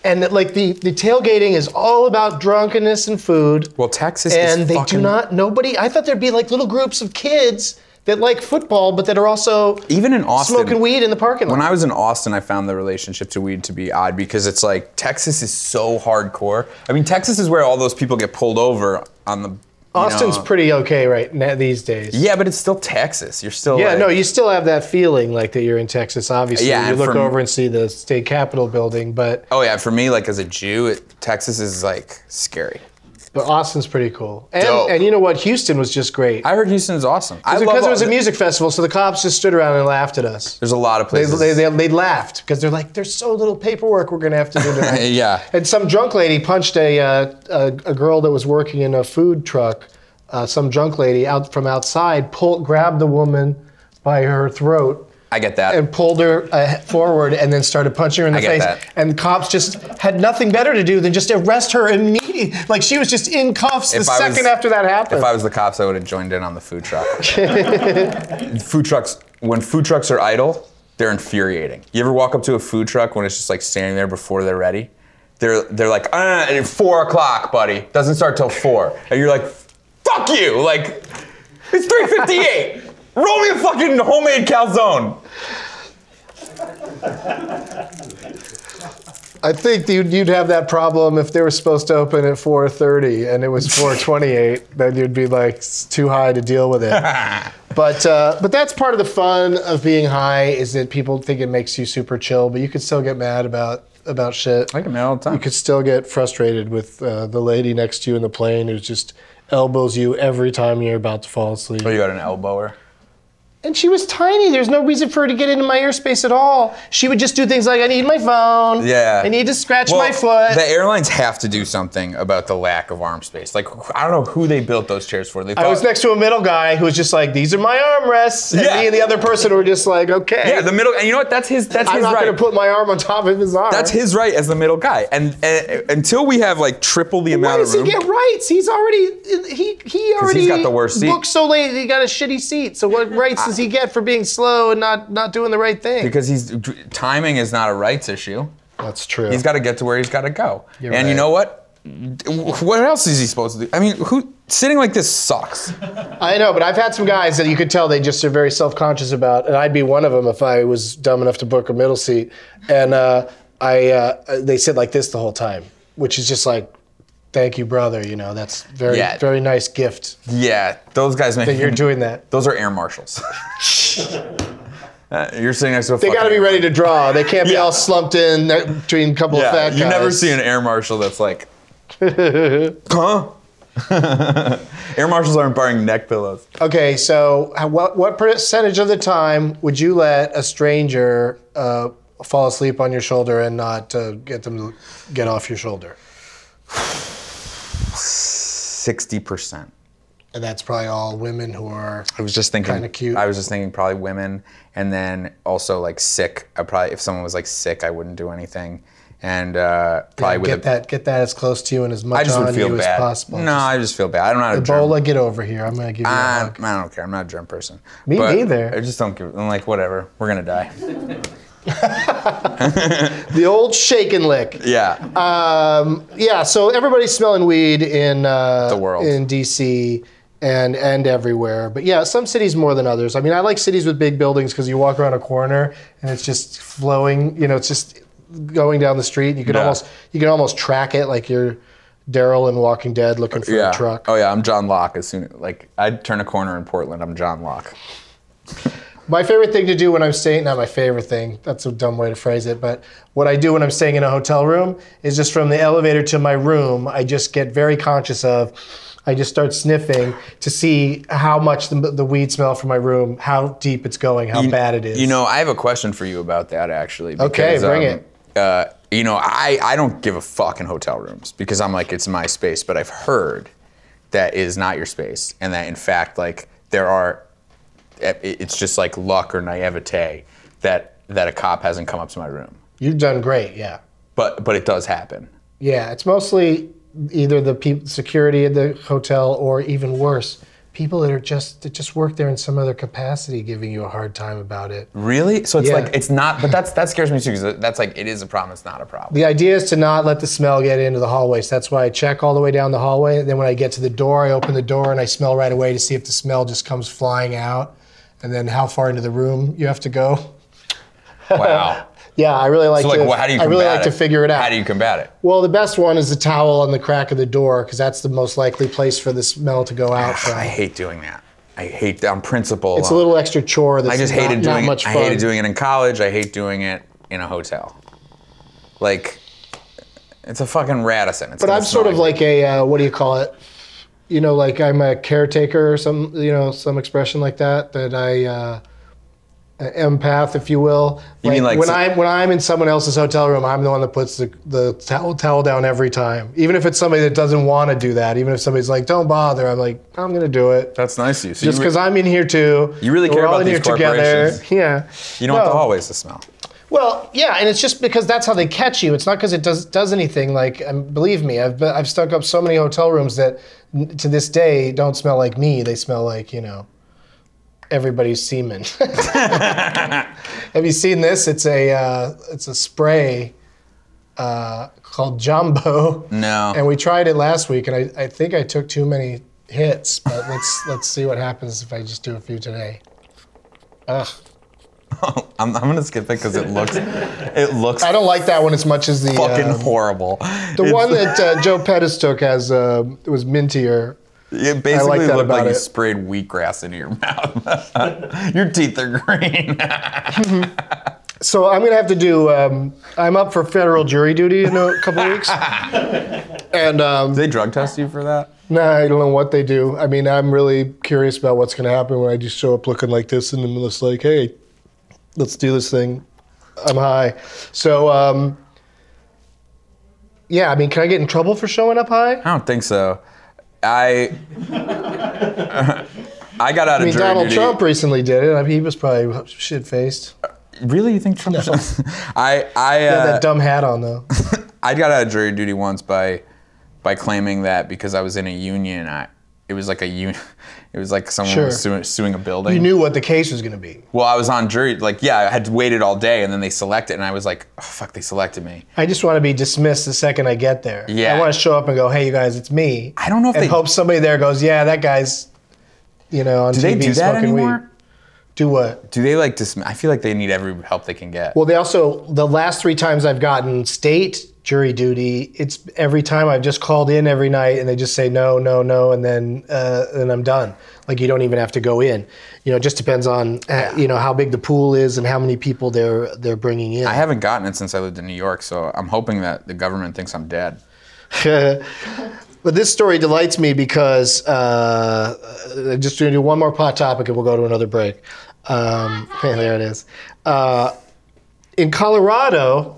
Speaker 1: And that, like the, the tailgating is all about drunkenness and food.
Speaker 2: Well, Texas is
Speaker 1: and they
Speaker 2: fucking-
Speaker 1: do not nobody I thought there'd be like little groups of kids that like football but that are also
Speaker 2: Even in Austin.
Speaker 1: smoking weed in the parking lot.
Speaker 2: When I was in Austin, I found the relationship to weed to be odd because it's like Texas is so hardcore. I mean, Texas is where all those people get pulled over on the. you
Speaker 1: Austin's
Speaker 2: know-
Speaker 1: pretty okay right now these days.
Speaker 2: Yeah, but it's still Texas. You're still.
Speaker 1: Yeah,
Speaker 2: like-
Speaker 1: no, you still have that feeling like that you're in Texas, obviously.
Speaker 2: Yeah,
Speaker 1: you
Speaker 2: and
Speaker 1: look
Speaker 2: from-
Speaker 1: over and see the state capitol building, but
Speaker 2: Oh yeah, for me, like as a Jew, it, Texas is like scary.
Speaker 1: but Austin's pretty cool. And
Speaker 2: Dope.
Speaker 1: and you know what? Houston was just great.
Speaker 2: I heard Houston is awesome. I love
Speaker 1: because it
Speaker 2: all-
Speaker 1: was a music festival, so the cops just stood around and laughed at us.
Speaker 2: There's a lot of
Speaker 1: They,
Speaker 2: places.
Speaker 1: they, they, they laughed because they're like, there's so little paperwork we're going to have to do tonight.
Speaker 2: Yeah.
Speaker 1: And some drunk lady punched a, uh, a, a girl that was working in a food truck. Uh, some drunk lady out from outside pulled, grabbed the woman by her throat
Speaker 2: I get that.
Speaker 1: and pulled her uh, forward and then started punching her in the
Speaker 2: I get
Speaker 1: face.
Speaker 2: that.
Speaker 1: And cops just had nothing better to do than just arrest her immediately. Like she was just in cuffs the
Speaker 2: If I was-
Speaker 1: second after that happened.
Speaker 2: if I was the cops, I would have joined in on the food truck. food trucks. When food trucks are idle, they're infuriating. You ever walk up to a food truck when it's just like standing there before they're ready? They're they're like, ah, it's four o'clock, buddy. Doesn't start till four, and you're like, fuck you. Like, it's three fifty eight. Roll me a fucking homemade calzone.
Speaker 1: I think you'd, you'd have that problem if they were supposed to open at 4:30 and it was 4:28. then you'd be like it's too high to deal with it. but uh, but that's part of the fun of being high is that people think it makes you super chill, but you could still get mad about about shit.
Speaker 2: I get mad all the time.
Speaker 1: You could still get frustrated with uh, the lady next to you in the plane who just elbows you every time you're about to fall asleep.
Speaker 2: Oh, you got an elbower.
Speaker 1: And she was tiny. There's no reason for her to get into my airspace at all. She would just do things like, I need my phone.
Speaker 2: Yeah.
Speaker 1: I need to scratch
Speaker 2: Well,
Speaker 1: my foot.
Speaker 2: The airlines have to do something about the lack of arm space. Like I don't know who they built those chairs for. They
Speaker 1: I
Speaker 2: thought-
Speaker 1: was next to a middle guy who was just like, "These are my armrests," and
Speaker 2: Yeah.
Speaker 1: me and the other person were just like, "Okay,
Speaker 2: Yeah, the middle. And you know what? That's his. That's
Speaker 1: I'm
Speaker 2: his
Speaker 1: not
Speaker 2: right.
Speaker 1: going to put my arm on top of his arm."
Speaker 2: that's his right as the middle guy. And, and until we have like triple the
Speaker 1: Why
Speaker 2: amount
Speaker 1: does
Speaker 2: of
Speaker 1: he
Speaker 2: room.
Speaker 1: get rights? He's already he he already
Speaker 2: got the worst seat.
Speaker 1: booked so late. He got a shitty seat. So what rights does he get for being slow and not not doing the right thing?
Speaker 2: because he's timing is not a rights issue.
Speaker 1: that's true.
Speaker 2: He's got to get to where he's got to go.
Speaker 1: You're
Speaker 2: and you
Speaker 1: right.
Speaker 2: know what? What else is he supposed to do? I mean, who sitting like this sucks.
Speaker 1: I know, but I've had some guys that you could tell they just are very self-conscious about, and I'd be one of them if I was dumb enough to book a middle seat. And uh, I, uh, they sit like this the whole time, which is just like, "Thank you, brother." You know, that's very,
Speaker 2: Yeah.
Speaker 1: very nice gift
Speaker 2: Yeah, those guys make.
Speaker 1: that you're doing that.
Speaker 2: Those are air marshals. Uh, you're sitting next to a.
Speaker 1: They got to be ready to draw. They can't be
Speaker 2: Yeah.
Speaker 1: all slumped in there between a couple of
Speaker 2: Yeah,
Speaker 1: fat
Speaker 2: you
Speaker 1: guys.
Speaker 2: never see an air marshal that's like, huh? air marshals aren't buying neck pillows.
Speaker 1: Okay, so how- what what percentage of the time would you let a stranger uh, fall asleep on your shoulder and not uh, get them to get off your shoulder?
Speaker 2: Sixty percent.
Speaker 1: And that's probably all women who are.
Speaker 2: I was just thinking.
Speaker 1: Kinda cute.
Speaker 2: I was just thinking probably women, and then also like sick. I probably if someone was like sick, I wouldn't do anything, and uh, probably with
Speaker 1: get
Speaker 2: a,
Speaker 1: that get that as close to you and as much
Speaker 2: I just
Speaker 1: on
Speaker 2: would feel
Speaker 1: you
Speaker 2: bad.
Speaker 1: as possible.
Speaker 2: No, Uh, I just feel bad. I don't know how to germ.
Speaker 1: Ebola, get over here. I'm gonna give you a
Speaker 2: I,
Speaker 1: hug.
Speaker 2: I don't care. I'm not a germ person.
Speaker 1: Me neither.
Speaker 2: I just don't give. I'm like whatever. We're gonna die.
Speaker 1: The old shake and lick.
Speaker 2: Yeah.
Speaker 1: Um, yeah. So everybody's smelling weed in uh,
Speaker 2: The world.
Speaker 1: in DC and and everywhere. But yeah, some cities more than others. I mean, I like cities with big buildings because you walk around a corner and it's just flowing. You know, it's just going down the street. You can
Speaker 2: Yeah.
Speaker 1: almost you can almost track it like you're Daryl in Walking Dead looking for
Speaker 2: yeah.
Speaker 1: a truck.
Speaker 2: Oh yeah. I'm John Locke. As soon like I'd turn a corner in Portland, I'm John Locke.
Speaker 1: My favorite thing to do when I'm staying, not my favorite thing, that's a dumb way to phrase it, but what I do when I'm staying in a hotel room is just from the elevator to my room, I just get very conscious of, I just start sniffing to see how much the, the weed smell from my room, how deep it's going, how bad it is.
Speaker 2: You know, I have a question for you about that actually.
Speaker 1: Okay, bring
Speaker 2: it. Uh, you know, I, I don't give a fuck in hotel rooms because I'm like, it's my space, but I've heard that is not your space, and that in fact, like there are, it- it's just like luck or naivete that that a cop hasn't come up to my room,
Speaker 1: You've done great, yeah.
Speaker 2: but but it does happen.
Speaker 1: Yeah, it's mostly either the peop security at the hotel or even worse, people that are just that just work there in some other capacity giving you a hard time about it.
Speaker 2: Really? So it's
Speaker 1: Yeah.
Speaker 2: like it's not, but that's that scares me too because that's like it is a problem. It's not a problem.
Speaker 1: The idea is to not let the smell get into the hallway. So that's why I check all the way down the hallway. Then when I get to the door, I open the door and I smell right away to see if the smell just comes flying out and then how far into the room you have to go.
Speaker 2: Wow.
Speaker 1: Yeah, I really like
Speaker 2: So like,
Speaker 1: to
Speaker 2: wha- how do you
Speaker 1: I
Speaker 2: combat
Speaker 1: really like to
Speaker 2: it?
Speaker 1: figure it out.
Speaker 2: How do you combat it?
Speaker 1: Well, the best one is the towel on the crack of the door because that's the most likely place for the smell to go out from.
Speaker 2: Ah, I hate doing that. I hate that on principle.
Speaker 1: It's a
Speaker 2: alone.
Speaker 1: little extra chore. That's
Speaker 2: I just
Speaker 1: not,
Speaker 2: hated
Speaker 1: not
Speaker 2: doing
Speaker 1: much
Speaker 2: it.
Speaker 1: fun.
Speaker 2: I hated doing it in college. I hate doing it in a hotel. Like, it's a fucking Radisson. It's
Speaker 1: But
Speaker 2: gonna
Speaker 1: I'm
Speaker 2: smell
Speaker 1: sort of like a uh, what do you call it? You know, like I'm a caretaker or some you know some expression like that. That I uh, a empath, if you will.
Speaker 2: You mean like
Speaker 1: when
Speaker 2: so-
Speaker 1: I'm when I'm in someone else's hotel room, I'm the one that puts the the towel, towel down every time. Even if it's somebody that doesn't want to do that. Even if somebody's like, "Don't bother," I'm like, "I'm gonna do it."
Speaker 2: That's nice of you. So
Speaker 1: just
Speaker 2: you,
Speaker 1: because I'm in here too.
Speaker 2: You really
Speaker 1: and
Speaker 2: care
Speaker 1: we're all in
Speaker 2: about these
Speaker 1: here together.
Speaker 2: corporations.
Speaker 1: Yeah.
Speaker 2: you don't want
Speaker 1: No.
Speaker 2: the hallways to smell.
Speaker 1: Well, yeah, and it's just because that's how they catch you. It's not because it does does anything. Like, um, believe me, I've been, I've stuck up so many hotel rooms that n- to this day don't smell like me. They smell like you know everybody's semen. Have you seen this? It's a uh, it's a spray uh, called Jumbo.
Speaker 2: No.
Speaker 1: And we tried it last week, and I, I think I took too many hits. But let's let's see what happens if I just do a few today.
Speaker 2: I'm, I'm gonna skip it because it looks, it looks
Speaker 1: I don't like that one as much as the
Speaker 2: fucking
Speaker 1: uh,
Speaker 2: horrible.
Speaker 1: The one that uh, Joe Pettis took as uh, it was mintier.
Speaker 2: It basically
Speaker 1: that
Speaker 2: looked like
Speaker 1: about
Speaker 2: you
Speaker 1: it.
Speaker 2: sprayed wheatgrass into your mouth. your teeth are green.
Speaker 1: So I'm gonna have to do. Um, I'm up for federal jury duty in a couple weeks, and um,
Speaker 2: Did they drug test you for that?
Speaker 1: nah, I don't know what they do. I mean, I'm really curious about what's gonna happen when I just show up looking like this, and then it's like, hey, let's do this thing. I'm high. So um, yeah, I mean, can I get in trouble for showing up high?
Speaker 2: I don't think so. I I got out
Speaker 1: I
Speaker 2: of
Speaker 1: mean,
Speaker 2: jury
Speaker 1: Donald
Speaker 2: duty.
Speaker 1: Trump recently did it. I mean, he was probably shit faced.
Speaker 2: Really, you think Trump? I I
Speaker 1: Had
Speaker 2: uh,
Speaker 1: that dumb hat on though.
Speaker 2: I got out of jury duty once by by claiming that because I was in a union. I it was like a union. It was like someone was
Speaker 1: Sure.
Speaker 2: suing, suing a building.
Speaker 1: You knew what the case was gonna be.
Speaker 2: well, I was on jury. Like yeah, I had waited all day, and then they selected, and I was like, oh, fuck, they selected me.
Speaker 1: I just want to be dismissed the second I get there.
Speaker 2: Yeah.
Speaker 1: I want to show up and go, "Hey, you guys, it's me."
Speaker 2: I don't know if
Speaker 1: and
Speaker 2: they-
Speaker 1: hope somebody there goes, "Yeah, that guy's, you know, on
Speaker 2: Do they
Speaker 1: TV
Speaker 2: do that
Speaker 1: smoking
Speaker 2: anymore?
Speaker 1: weed." Do what?
Speaker 2: Do they like dismiss? I feel like they need every help they can get.
Speaker 1: Well, they also the last three times I've gotten state jury duty, it's every time I've just called in every night and they just say no, no, no, and then uh, and I'm done. Like you don't even have to go in. You know, it just depends on uh, you know how big the pool is and how many people they're they're bringing in.
Speaker 2: I haven't gotten it since I lived in New York, so I'm hoping that the government thinks I'm dead.
Speaker 1: But this story delights me because uh, I'm just going to do one more pot topic and we'll go to another break. Um, hey, there it is. Uh, in Colorado,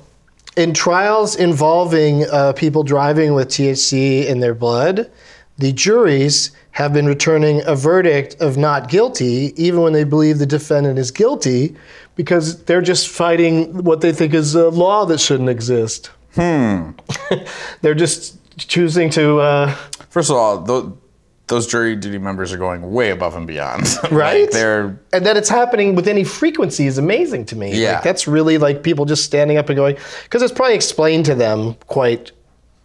Speaker 1: in trials involving uh, people driving with THC in their blood, the juries have been returning a verdict of not guilty, even when they believe the defendant is guilty, because they're just fighting what they think is a law that shouldn't exist. Hmm. they're just choosing to. Uh,
Speaker 2: First of all, tho- those jury duty members are going way above and beyond. Like,
Speaker 1: Right?
Speaker 2: they're
Speaker 1: and that it's happening with any frequency is amazing to me.
Speaker 2: Yeah.
Speaker 1: Like, that's really like people just standing up and going, because it's probably explained to them quite,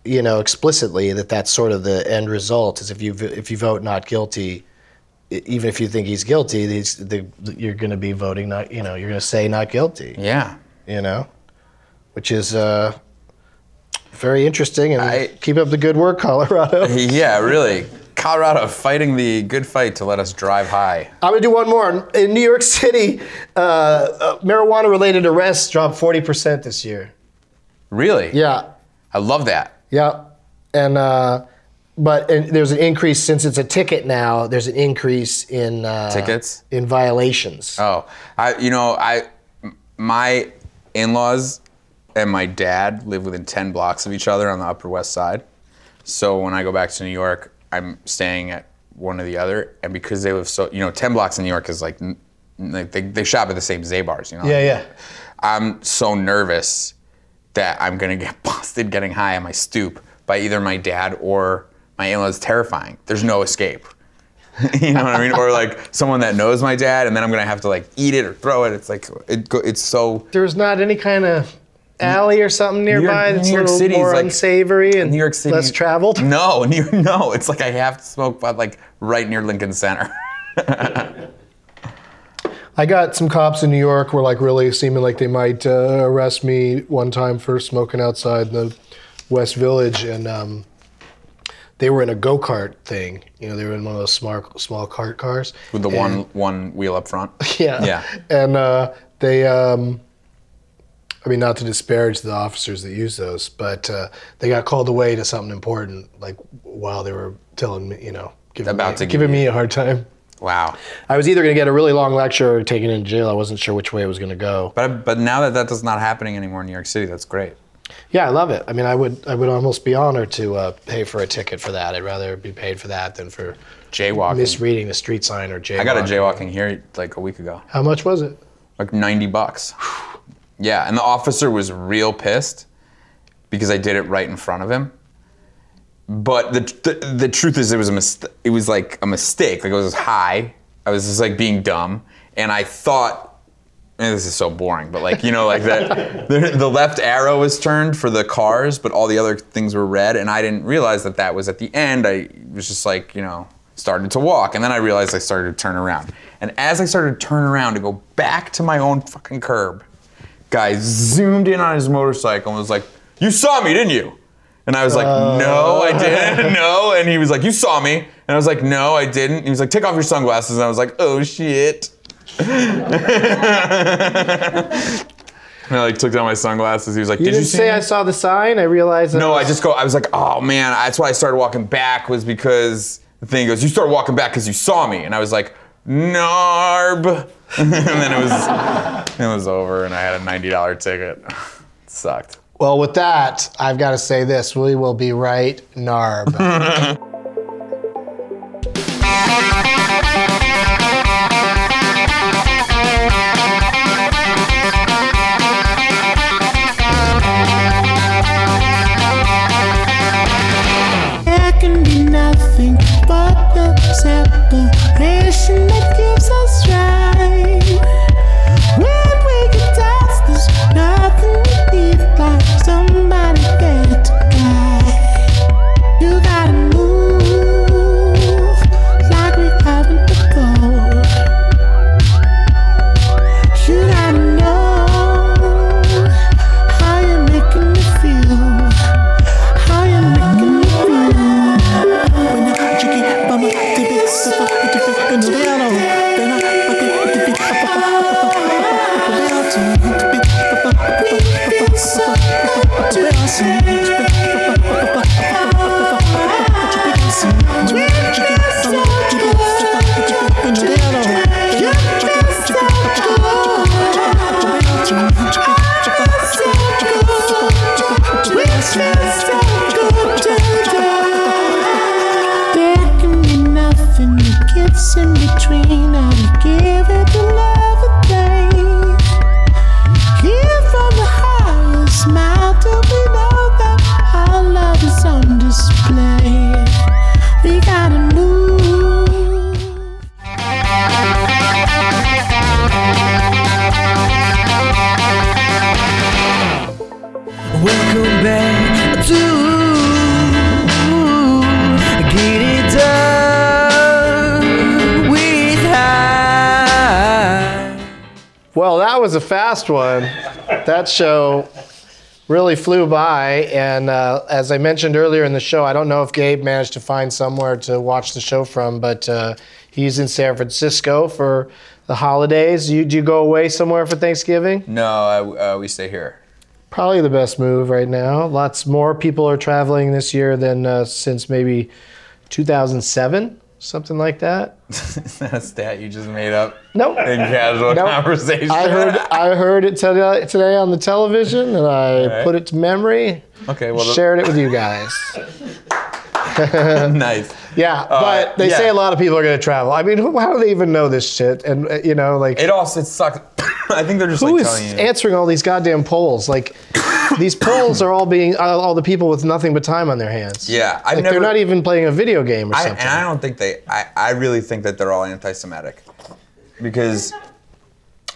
Speaker 1: you know, explicitly that that's sort of the end result is if you v- if you vote not guilty, e- even if you think he's guilty, these, the, you're going to be voting not, you know, you're going to say not guilty,
Speaker 2: yeah.
Speaker 1: you know, which is uh, very interesting. And
Speaker 2: I-
Speaker 1: keep up the good work, Colorado.
Speaker 2: Yeah, really. Colorado fighting the good fight to let us drive high.
Speaker 1: I'm gonna do one more. In New York City, uh, uh, marijuana-related arrests dropped 40% this year.
Speaker 2: Really?
Speaker 1: Yeah,
Speaker 2: I love that.
Speaker 1: yeah, and uh, but and there's an increase since it's a ticket now. There's an increase in uh,
Speaker 2: Tickets?
Speaker 1: in violations.
Speaker 2: Oh, I you know I m- my in-laws and my dad live within ten blocks of each other on the Upper West Side. So when I go back to New York, I'm staying at one or the other, and because they live so, you know, ten blocks in New York is like, n- like they, they shop at the same Zay bars, you know.
Speaker 1: Yeah, yeah.
Speaker 2: I'm so nervous that I'm gonna get busted getting high on my stoop by either my dad or my in-laws. Terrifying. There's no escape. you know what I mean? Or like someone that knows my dad, and then I'm gonna have to like eat it or throw it. It's like it, go- it's so.
Speaker 1: There's not any kind of alley or something nearby that's
Speaker 2: New York
Speaker 1: a little
Speaker 2: City is
Speaker 1: more
Speaker 2: like-
Speaker 1: unsavory and
Speaker 2: New York City.
Speaker 1: less traveled.
Speaker 2: No, New, no. It's like I have to smoke pot like right near Lincoln Center.
Speaker 1: I got some cops in New York were like really seeming like they might uh, arrest me one time for smoking outside the West Village, and um, they were in a go kart thing. You know, they were in one of those small small cart cars
Speaker 2: With the
Speaker 1: and,
Speaker 2: one one wheel up front.
Speaker 1: Yeah.
Speaker 2: Yeah.
Speaker 1: And uh, they, um, I mean, not to disparage the officers that use those, but uh, they got called away to something important, like while they were telling me, you know, giving,
Speaker 2: About
Speaker 1: me,
Speaker 2: to give
Speaker 1: giving
Speaker 2: you-
Speaker 1: me a hard time.
Speaker 2: Wow.
Speaker 1: I was either going to get a really long lecture or taken into jail. I wasn't sure which way it was going to go.
Speaker 2: But but now that that's not happening anymore in New York City, that's great.
Speaker 1: Yeah, I love it. I mean, I would I would almost be honored to uh, pay for a ticket for that. I'd rather be paid for that than for
Speaker 2: Jaywalking.
Speaker 1: misreading a street sign or jaywalking.
Speaker 2: I got a jaywalking here like a week ago.
Speaker 1: How much was it?
Speaker 2: like 90 bucks. Yeah, and the officer was real pissed because I did it right in front of him. But the the, the truth is, it was a mistake. It was like a mistake. Like I was high. I was just like being dumb, and I thought. And Eh, this is so boring, but like you know, like that, the, the left arrow was turned for the cars, but all the other things were red, and I didn't realize that that was at the end. I was just like, you know, started to walk, and then I realized I started to turn around, and as I started to turn around to go back to my own fucking curb, guy zoomed in on his motorcycle and was like, "You saw me, didn't you?" And I was like,
Speaker 1: Oh.
Speaker 2: "No, I didn't. No." And he was like, "You saw me," and I was like, "No, I didn't." And he was like, "Take off your sunglasses," and I was like, "Oh shit." and I like took down my sunglasses. He was like,
Speaker 1: You
Speaker 2: "Did
Speaker 1: didn't
Speaker 2: you see
Speaker 1: say
Speaker 2: me?"
Speaker 1: I saw the sign. I realized.
Speaker 2: No, I just go. I was like, oh man, that's why I started walking back was because the thing goes, you started walking back because you saw me, and I was like, narb, and then it was, it was over, and I had a ninety dollar ticket. It sucked.
Speaker 1: Well, with that, I've got to say this: we will be right narb.
Speaker 8: There can be nothing but the separation that keeps us right. When we get us, there's nothing we need but somebody there to guide. You gotta move like we haven't before. You gotta know how you're making me feel. How you making me feel? When I jiggy bummer, dip it, slip up, dip it, and down on. Then I fuck it, dip it, up, up, up, up, up, up, up, up, down to. Dip it, up, up, up, up, up, up, up, up, up, down to. Dip it, up, up, up, up, up, up, up, up, up, up, dip it, down to. When I jiggy bummer, dip it, slip up, dip it, and down on. Then I fuck it, dip it, up, up, up, up, up, up, up, down to. Dip it, up, up, up, up, up, up, up, we just don't go There can be nothing that gets in between. I would give it the love a day. Here from the highest mountain, we know that our love is on display. We gotta move.
Speaker 7: Welcome back to Get It Done with High.
Speaker 1: Well, that was a fast one. That show really flew by. And uh, as I mentioned earlier in the show, I don't know if Gabe managed to find somewhere to watch the show from, but uh, he's in San Francisco for the holidays. You, do you go away somewhere for Thanksgiving?
Speaker 2: No, I, uh, we stay here.
Speaker 1: Probably the best move right now. Lots more people are traveling this year than uh, since maybe 2007, something like that.
Speaker 2: Is that a stat you just made up
Speaker 1: Nope.
Speaker 2: in casual
Speaker 1: Nope.
Speaker 2: conversation?
Speaker 1: I heard I heard it today today on the television, and I
Speaker 2: right.
Speaker 1: put it to memory.
Speaker 2: Okay, well, the-
Speaker 1: shared it with you guys.
Speaker 2: nice.
Speaker 1: Yeah, but they
Speaker 2: yeah.
Speaker 1: say a lot of people are going to travel. I mean, who, how do they even know this shit? And uh, you know, like
Speaker 2: It also it sucks. I think they're just
Speaker 1: who
Speaker 2: like
Speaker 1: is
Speaker 2: telling you.
Speaker 1: answering all these goddamn polls? Like these polls are all being uh, all the people with nothing but time on their hands.
Speaker 2: Yeah, I've
Speaker 1: like,
Speaker 2: never-
Speaker 1: they're not even playing a video game or
Speaker 2: I,
Speaker 1: something.
Speaker 2: and I don't think they. I, I really think that they're all anti-Semitic, because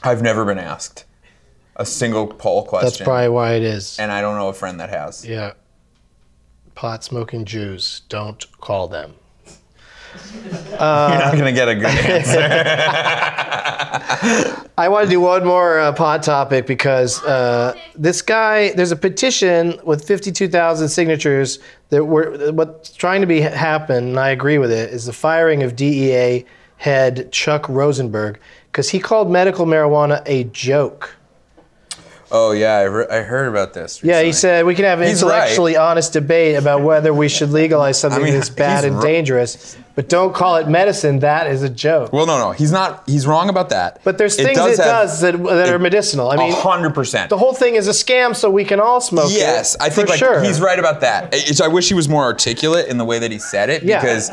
Speaker 2: I've never been asked a single poll question.
Speaker 1: That's probably why it is.
Speaker 2: And I don't know a friend that has.
Speaker 1: yeah, pot smoking Jews. Don't call them.
Speaker 2: You're not gonna get a good answer.
Speaker 1: I want to do one more uh, pod topic because uh, this guy, there's a petition with 52,000 signatures that were what's trying to be happen, and I agree with it, is the firing of DEA head Chuck Rosenberg because he called medical marijuana a joke.
Speaker 2: oh yeah, I, re- I heard about this.
Speaker 1: Yeah, he
Speaker 2: recently.
Speaker 1: said we can have an
Speaker 2: He's right.
Speaker 1: intellectually honest debate about whether we should legalize something
Speaker 2: I mean,
Speaker 1: that's bad
Speaker 2: he's
Speaker 1: and
Speaker 2: ri-
Speaker 1: dangerous, but don't call it medicine. That is a joke.
Speaker 2: Well, no, no, he's not. He's wrong about that.
Speaker 1: But there's things it does that, that are medicinal. I mean,
Speaker 2: hundred percent.
Speaker 1: the whole thing is a scam so we can all smoke it,
Speaker 2: Yes, I think
Speaker 1: for
Speaker 2: like
Speaker 1: sure.
Speaker 2: he's right about that. I- it's- I wish he was more articulate in the way that he said it
Speaker 1: Yeah.
Speaker 2: because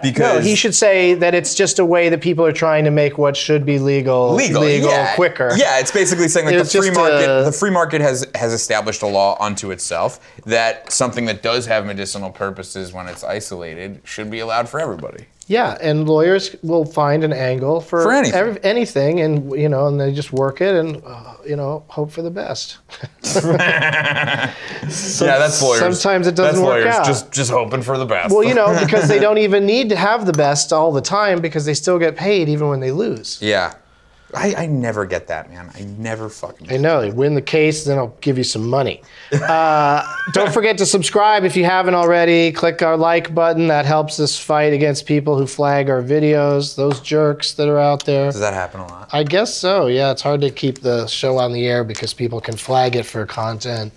Speaker 2: because
Speaker 1: No, he should say that it's just a way that people are trying to make what should be legal
Speaker 2: legal, yeah.
Speaker 1: quicker.
Speaker 2: Yeah, it's basically saying like
Speaker 1: It
Speaker 2: the
Speaker 1: was
Speaker 2: free
Speaker 1: just,
Speaker 2: market.
Speaker 1: uh,
Speaker 2: the free market has has established a law unto itself that something that does have medicinal purposes when it's isolated should be allowed for everybody.
Speaker 1: Yeah, and lawyers will find an angle for,
Speaker 2: For anything.
Speaker 1: ev- anything, and you know, and they just work it, and uh, you know, hope for the best.
Speaker 2: yeah, that's lawyers.
Speaker 1: sometimes it
Speaker 2: that's
Speaker 1: doesn't work
Speaker 2: lawyers
Speaker 1: out.
Speaker 2: Just just hoping for the best.
Speaker 1: Well, you know, because they don't even need to have the best all the time because they still get paid even when they lose.
Speaker 2: yeah, I, I never get that, man. I never fucking.
Speaker 1: I know. You win the case, then I'll give you some money. Uh, don't forget to subscribe if you haven't already. Click our like button. That helps us fight against people who flag our videos, those jerks that are out there.
Speaker 2: Does that happen a lot?
Speaker 1: I guess so. Yeah, it's hard to keep the show on the air because people can flag it for content.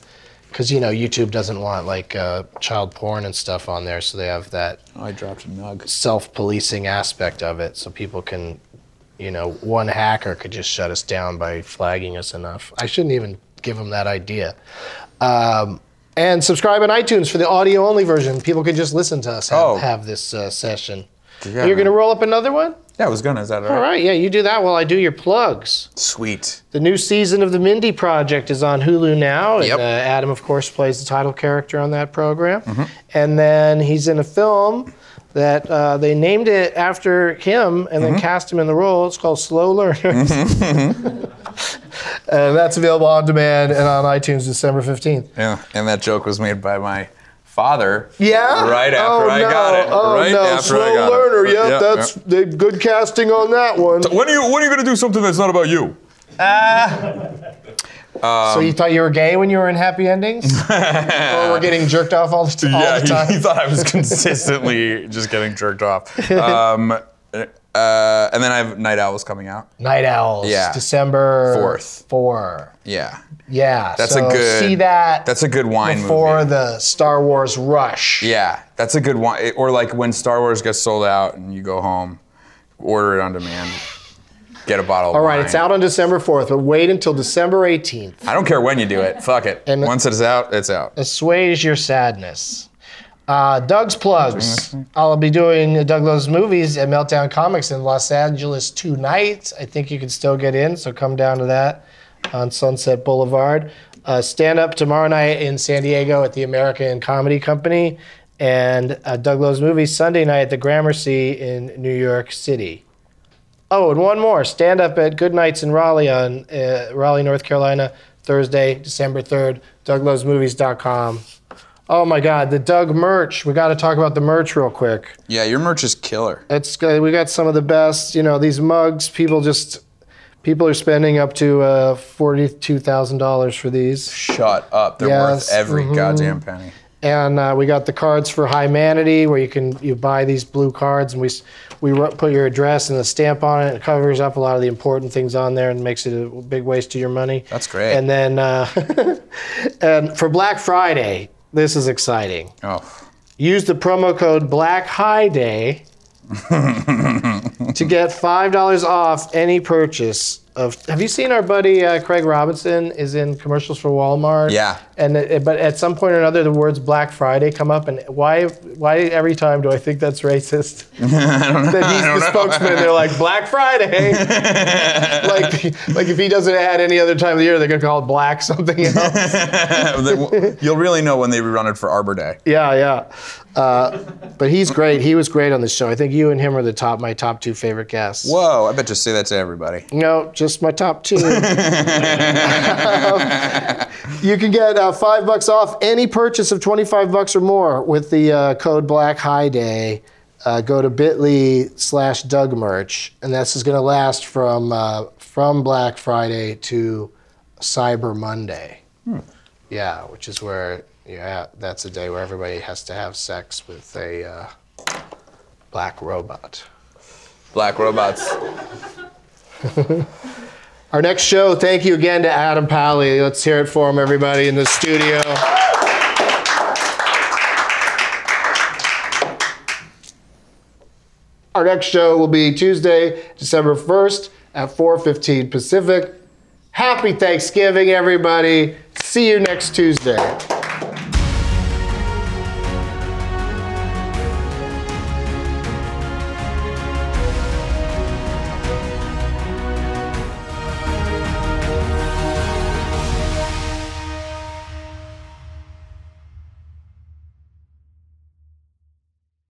Speaker 1: Because, you know, YouTube doesn't want like uh, child porn and stuff on there, so they have that
Speaker 2: Oh, I dropped a nug.
Speaker 1: self-policing aspect of it so people can you know one hacker could just shut us down by flagging us enough i shouldn't even give them that idea um, and subscribe on itunes for the audio only version people can just listen to us have,
Speaker 2: Oh.
Speaker 1: have this uh, session
Speaker 2: Yeah,
Speaker 1: you're going to
Speaker 2: man.
Speaker 1: roll up another one
Speaker 2: Yeah, I was gonna. Is that all right?
Speaker 1: all right yeah you do that while i do your plugs
Speaker 2: Sweet.
Speaker 1: the new season of The Mindy Project is on Hulu now, and
Speaker 2: Yep.
Speaker 1: uh, Adam, of course, plays the title character on that program.
Speaker 2: Mm-hmm.
Speaker 1: And then he's in a film that uh, they named it after him, and
Speaker 2: Mm-hmm.
Speaker 1: then cast him in the role. It's called Slow Learners,
Speaker 2: Mm-hmm.
Speaker 1: and that's available on demand and on iTunes December fifteenth.
Speaker 2: Yeah, and that joke was made by my father.
Speaker 1: Yeah.
Speaker 2: Right after
Speaker 1: oh,
Speaker 2: I
Speaker 1: no.
Speaker 2: got it.
Speaker 1: Oh
Speaker 2: right
Speaker 1: no,
Speaker 2: after
Speaker 1: Slow
Speaker 2: I got
Speaker 1: Learner.
Speaker 2: it.
Speaker 1: Yep,
Speaker 2: Yeah,
Speaker 1: that's They, good casting on that one.
Speaker 2: yeah. When are you when are you gonna do something that's not about you? Um,
Speaker 1: so you thought you were gay when you were in Happy Endings, or we're getting jerked off all the, t- all
Speaker 2: yeah,
Speaker 1: the
Speaker 2: he-
Speaker 1: time?
Speaker 2: He, thought I was consistently just getting jerked off. Um, uh, and then I have Night Owls coming out.
Speaker 1: Night Owls.
Speaker 2: Yeah.
Speaker 1: December
Speaker 2: Fourth.
Speaker 1: Four.
Speaker 2: Yeah,
Speaker 1: Yeah.
Speaker 2: That's
Speaker 1: so
Speaker 2: a good.
Speaker 1: See that.
Speaker 2: That's a good wine
Speaker 1: before
Speaker 2: movie.
Speaker 1: the Star Wars rush.
Speaker 2: yeah, that's a good wine. Or like when Star Wars gets sold out and you go home, order it on demand, get a bottle.
Speaker 1: All right, it's out on December fourth, but wait until December 18th.
Speaker 2: I don't care when you do it. Fuck it.
Speaker 1: And-
Speaker 2: Once it's out, it's out.
Speaker 1: Assuage your sadness. Uh, Doug's plugs. I'll be doing Doug Loves Movies at Meltdown Comics in Los Angeles tonight. I think you can still get in, so come down to that on Sunset Boulevard. Uh, stand up tomorrow night in San Diego at the American Comedy Company, and uh, Doug Loves Movies Sunday night at the Gramercy in New York City. Oh, and one more. Stand up at Good Nights in Raleigh on uh, Raleigh, North Carolina, Thursday, December 3rd, douglovesmovies.com. Oh my God, the Doug merch. We got to talk about the merch real quick.
Speaker 2: Yeah, your merch is killer.
Speaker 1: It's uh, we got some of the best. You know, these mugs. People just people are spending up to uh, forty-two thousand dollars for these.
Speaker 2: Shut up. They're
Speaker 1: Yes, mm-hmm.
Speaker 2: worth every goddamn penny.
Speaker 1: and uh, we got the cards for Humanity, where you can you buy these blue cards, and we s- we ru- put your address and a stamp on it. It covers up a lot of the important things on there and makes it a big waste of your money.
Speaker 2: That's great.
Speaker 1: And then uh, and for Black Friday, this is exciting.
Speaker 2: Oh.
Speaker 1: Use the promo code Black High Day to get five dollars off any purchase of. Have you seen our buddy uh, Craig Robinson is in commercials for Walmart?
Speaker 2: Yeah.
Speaker 1: And it, it- but at some point or another, the words Black Friday come up, and why why every time do I think that's racist? That he's the spokesman. They're like Black Friday. like like if he doesn't add any other time of the year, they're gonna call it Black something else.
Speaker 2: You'll really know when they rerun it for Arbor Day.
Speaker 1: Yeah, yeah. Uh, but he's great. He was great on this show. I think you and him are the top, my top two favorite guests.
Speaker 2: Whoa, I bet you say that to everybody.
Speaker 1: No, just my top two. Um, you can get uh, five bucks off any purchase of 25 bucks or more with the uh, code Black High Day. Uh, go to bit.ly slash Doug merch, and this is going to last from, uh, from Black Friday to Cyber Monday. Yeah, which is where, yeah, that's a day where everybody has to have sex with a uh, black robot.
Speaker 2: Black robots.
Speaker 1: Our next show, thank you again to Adam Pally. Let's hear it for him, everybody, in the studio. Our next show will be Tuesday, December 1st at 4:15 Pacific. Happy Thanksgiving, everybody. See you next Tuesday.